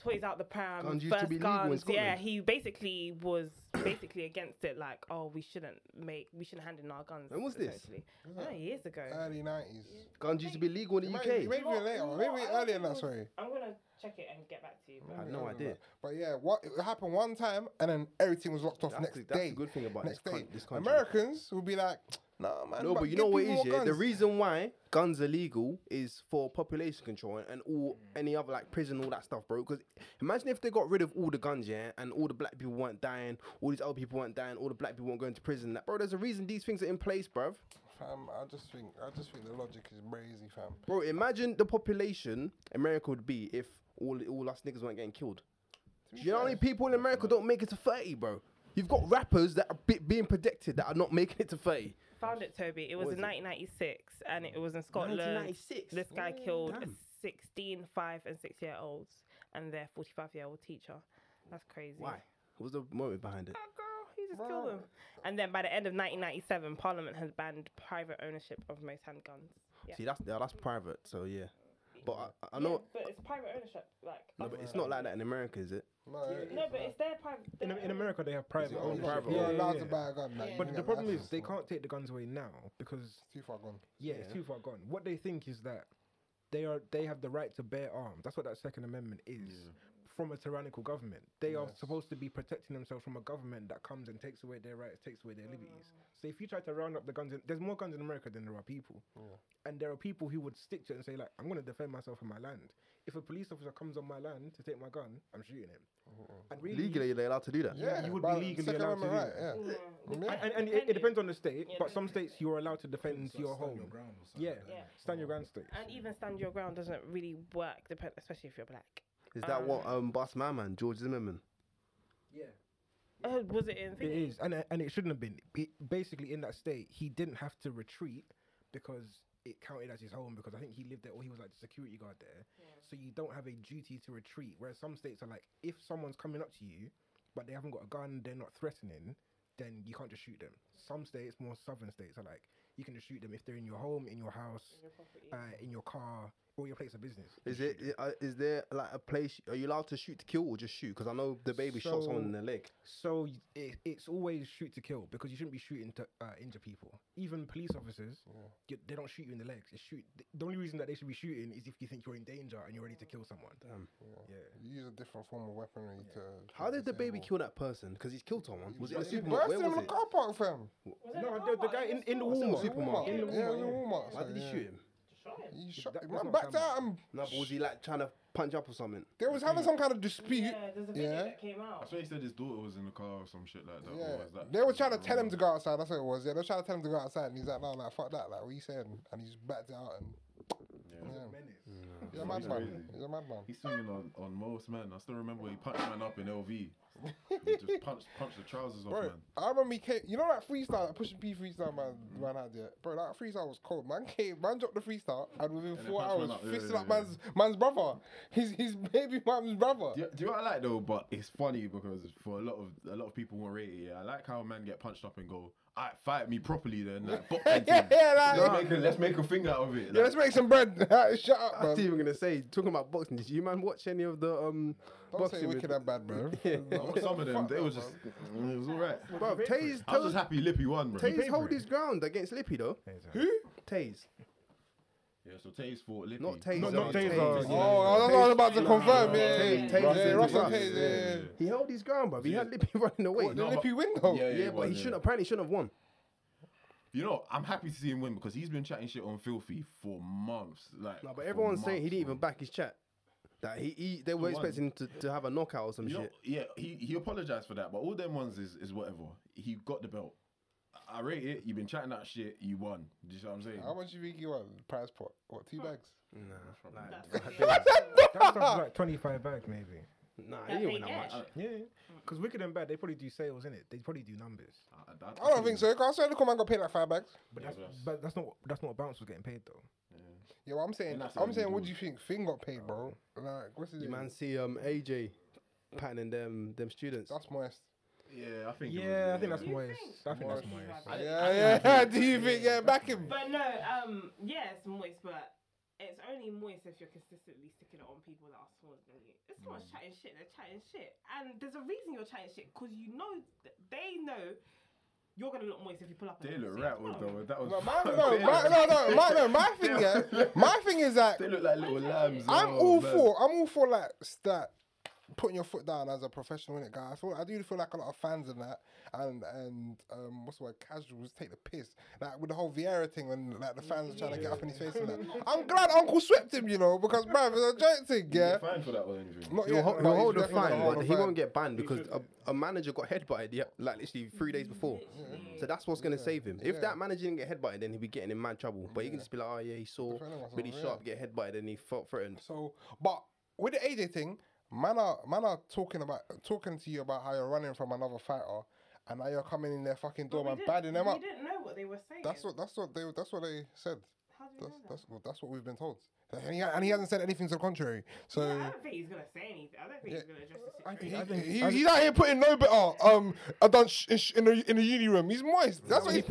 toys out the pram,
Guns used to
first
be legal in
guns. Yeah,
Scotland.
he basically was basically against it like oh we shouldn't make we shouldn't hand in our guns.
When was this?
essentially. I don't know, years ago.
Early nineties.
Guns used to be legal in the
Maybe,
UK.
maybe
Not-
later.
not-
Maybe
I
earlier
don't think
than that.
it was-
Sorry.
I'm gonna check it and get back to you.
I had no idea.
But yeah, what it happened one time and then everything was locked off
That's
next
the- that's
day.
the good thing about
next
this coun-
day.
this country.
Americans will be like, nah, man.
No, but you know
give
what it
people
is,
more
yeah? The
guns."
reason why guns are legal is for population control and all any other like prison, all that stuff, bro. Because imagine if they got rid of all the guns, yeah, and all the black people weren't dying, all these other people weren't dying, all the black people weren't going to prison. Like, bro, there's a reason these things are in place, bruv.
Fam, I just think, I just think the logic is crazy, fam.
Bro, imagine the population America would be if all all us niggas weren't getting killed. Do you know how many people in America don't make it to 30, bro? You've got rappers that are be- being protected that are not making it to 30.
Found it, Toby. It was in 1996, and it was in Scotland.
1996?
This guy killed a 16, 5, and 6 year olds, and their 45 year old teacher. That's crazy.
Why? What was the motive behind it?
That girl, he just killed them. And then by the end of 1997, Parliament had banned private ownership of most handguns. Yeah.
See, that's yeah, that's private. So yeah, but I, I
Yeah,
know.
but it's private ownership. Like,
No, but it's not like that in America, is it?
no, but it's their private.
In, in America, they have private.
it
ownership.
ownership? Private
Yeah,
ownership.
yeah,
Allowed
yeah.
to buy a gun, like,
you
But
can
the
get
problem
license
is they can't take the guns away now because
too far gone.
Yeah, it's
Yeah.
too far gone. What they think is that they are they have the right to bear arms. That's what that Second Amendment is. From a tyrannical government, they are supposed to be protecting themselves from a government that comes and takes away their rights, takes away their liberties. So if you try to round up the guns, in, there's more guns in America than there are people, and there are people who would stick to it and say like, "I'm going to defend myself and my land." If a police officer comes on my land to take my gun, I'm shooting him. And really,
Legally, they're allowed to do that.
you would be
but
legally
Second
allowed to do
Amendment
that.
right, yeah.
And, and, and it, it depends on the state, but some states you are allowed to defend
It's like
your
stand
home.
your ground or something
yeah.
like that.
Yeah.
stand your ground state.
And even stand your ground doesn't really work, depend, especially if you're black.
Is that what um boss my man George Zimmerman?
Uh, was it in?
It
Thingy?
is, and and it shouldn't have been. It, basically, in that state, he didn't have to retreat because it counted as his home because I think he lived there or he was like the security guard there. So you don't have a duty to retreat. Whereas some states are like, if someone's coming up to you, but they haven't got a gun, they're not threatening, then you can't just shoot them. Some states, more southern states, are like you can just shoot them if they're in your home, in your house, uh, in your car, or your place of business.
Is it i- uh, is there like a place? Are you allowed to shoot to kill or just shoot? Because I know the baby shot someone in
So-
the leg.
So y- it, it's always shoot to kill because you shouldn't be shooting to uh, injure people. Even police officers, you, they don't shoot you in the legs. It's shoot. th- The only reason that they should be shooting is if you think you're in danger and you're ready to kill someone.
You use a different form of weaponry to.
How did the baby kill that person? Because he's killed someone. Was it a
He burst
supermarket? Where
him in
was
the
it?
car park, fam.
Was it
No,
a
the, the
Walmart?
guy in, in the
It
store?
was a
Walmart.
supermarket.
Yeah,
In the
it was
Walmart,
in Walmart.
Why
so,
did he
yeah.
shoot him?
He shot.
that-
him.
that's not
Man backed
camera.
out. and
No, but was he like trying to punch up or something?
They was having some kind of dispute.
Yeah, there's a video
Yeah.
that came
I
out.
swear he said his daughter was in the car or some shit like that.
Yeah,
Or was that Mm.
they were trying to tell him to go outside. That's what it was. Yeah, they were trying to tell him to go outside, and he's like, "No, like fuck that, like what you saying?" And he's backed out, and yeah, he's a madman.
crazy.
He's a madman.
He's swinging on, on most man. I still remember he punched man up in LV. he just punched punched the trousers off
Bro,
man.
I remember he came. You know that freestyle, that pushing P freestyle man,
Mm.
man had there. Bro, that freestyle was cold. Man came, man dropped the freestyle, and within
And they
four
punched
hours,
man up, yeah,
fisting
yeah,
up
yeah.
man's man's brother, his his baby mom's brother.
Do you, do you know what I like though? But it's funny because for a lot of a lot of people won't rate it. Yeah, I like how men get punched up and go, "Alright, fight me properly then." Like, box
Yeah,
them to me.
yeah, like-
let's, make a, let's make a thing out of it.
Yeah,
like-
let's make some bread. Shut up,
I
man.
was even gonna say talking about boxing. Did you man watch any of the um
Don't
boxing?
say wicked
with-
and bad, bro.
But some of them,
Fuck
they
that,
was
bro.
just, mm, it was alright.
Bro, Taze,
I was just
Taze,
happy Lippy won, bro.
Taze hold his ground against Lippy though. Who? Taze,
Yeah, so Taze fought Lippy.
not Taze.
No, not
uh,
Taze, uh,
Oh, I was all about to confirm. Yeah,
Tay-
yeah,
Tay-
yeah,
Tay-
Russell Tay,
Tay-
yeah, yeah.
He held his ground, bro. He had Lippy running away.
Did
No,
Lippy
but-
win though?
Yeah,
Oh, yeah, but
won,
he
yeah.
shouldn't. Apparently, shouldn't have won.
You know, I'm happy to see him win because he's been chatting shit on Filthy for months. Like,
No,
for
but everyone's saying he
months,
didn't even
man.
back his chat. That he, he they were
He won.
expecting him to, to have a knockout or some
You know,
shit.
yeah, he, he apologized for that, but all them ones is, is whatever. He got the belt. I rate it. You've been chatting that shit. You won. Do you see what I'm saying?
How much you think he won? Prize pot? What? Two bags?
That sounds like 25 bags maybe.
Nah, he didn't win that much.
Yeah, because wicked and bad, they probably do sales in it. They probably do numbers.
I,
I don't think so. I swear the man got paid like five bags.
But that's but that's not that's not what bounce was getting paid though.
Yeah, well, I'm saying,
And that's
I'm
what
saying,
you
what
do.
do you think Finn got paid, bro? Like, what's his
You
name?
man see um AJ patterning them them students.
That's moist.
Yeah, I think. it was,
Yeah, I think that's
You
Moyes.
think?
I think that's
Moyes.
Moyes.
Yeah, yeah. yeah. do you think? Yeah, back him.
But no, um, yeah, it's moist, but it's only moist if you're consistently sticking it on people that are smaller than you. It's not
Mm.
chatting shit; they're chatting shit, and there's a reason you're chatting shit because you know th- they know you're gonna look moist if you pull up.
They
and
look
say,
rattled
"Come
though.
on."
That was.
No, my, no, my, no, no, my, no, my thing, yeah, my thing is that
They look like little lambs.
I'm
oh,
all
man.
for. I'm all for like s- that putting your foot down as a professional in it, guy. I feel I do feel like a lot of fans in that and and um what's the word casuals take the piss. Like with the whole Vieira thing when like the fans are trying to get up in his face and that. I'm glad Uncle swept him, you know, because bruv, it's a joke thing,
Did you
yeah.
get fined for that or anything.
Not
He'll,
yet,
ho-
but
he'll
he's
hold a
definitely gonna
fine,
hold
but
a
he Mm-hmm.
fine.
won't get banned because a, a manager got headbutted yeah, like literally three days before. So that's what's gonna save him. If that manager didn't get headbutted, then he'd be getting in mad trouble. But he can just be like, oh yeah, he saw
Defending myself,
Billy
yeah.
Sharp get headbutted and he felt threatened.
So, but with the AJ thing, man are man are talking about talking to you about how you're running from another fighter, and now you're coming in their fucking
But
door
we
and
didn't-
badding them
we
up.
didn't know what they were saying.
That's what that's what they that's what they said.
How do you
That's
know that?
that's well, that's what we've been told. And he, ha- and he hasn't said anything to the contrary. So.
I don't think he's gonna say anything. I don't think he's gonna address the situation.
He, he, he's out here putting no better. Um, I done sh- in, sh- in, the, in the uni room. He's moist. That's what he,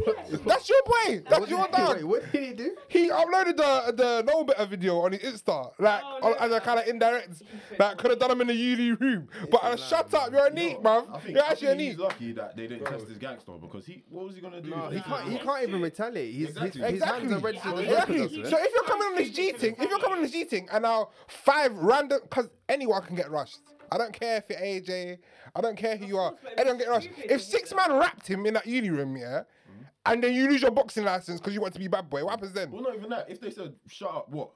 That's your boy. That's your dad.
what did he do?
He uploaded the the no better video on his Insta, like
Oh,
on, as a kind of indirect. Like could have done him in the uni room, but uh, shut up. You're a neat,
I
bruv.
think,
You're
I
actually a
think
neat.
he's lucky that they didn't test his gangster because he. What was he gonna do?
No,
if
he
they
can't. He
didn't?
can't even retaliate. He's,
Exactly.
his, his
Exactly.
hands are registered. as
Exactly.
weapons, man.
So if you're coming on this G thing, if you're coming on this G thing, and now five random, because anyone can get rushed. I don't care if you're AJ. I don't care who you are. Anyone can get rushed. If six man wrapped him in that uni room, yeah, and then you lose your boxing license because you want to be bad boy, what happens then?
Well, not even that. If they said shut up, what?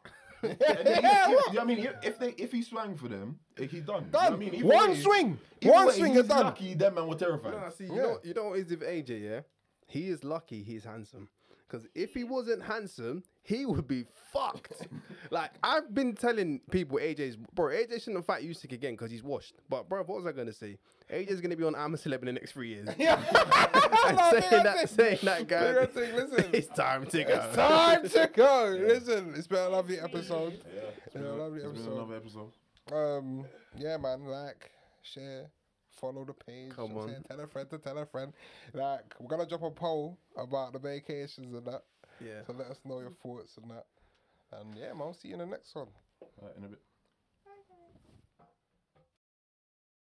yeah,
Yeah, what?
I mean, if, if they if he swang for them, eh, he's done.
Done.
You know what I mean, Either
One
way-
swing.
either
One
way,
swing
he's
is done.
Lucky, them man were terrified.
Nah, see, you know, you know what is with AJ, yeah? He is lucky he's handsome. Because if he wasn't handsome, he would be fucked. like, I've been telling people AJ's, bro, AJ shouldn't fight Usyk again because he's washed. But, bro, what was I going to say? AJ's going to be on I'm a Celeb in the next three years.
Yeah.
And
No,
saying,
big
that,
thing.
saying that, guy.
Big thing, listen.
It's time to go.
It's time to go. Listen, it's been a lovely episode. It's been a lovely
It's been
episode.
another episode.
Um, yeah, man, like, share, follow the page. you
Come
know what I'm
on.
saying? Tell a friend to tell a friend. Like, we're gonna drop a poll about the vacations and that.
Yeah.
So let us know your thoughts and that. And yeah, man, I'll see you in the next one.
Right, in a bit.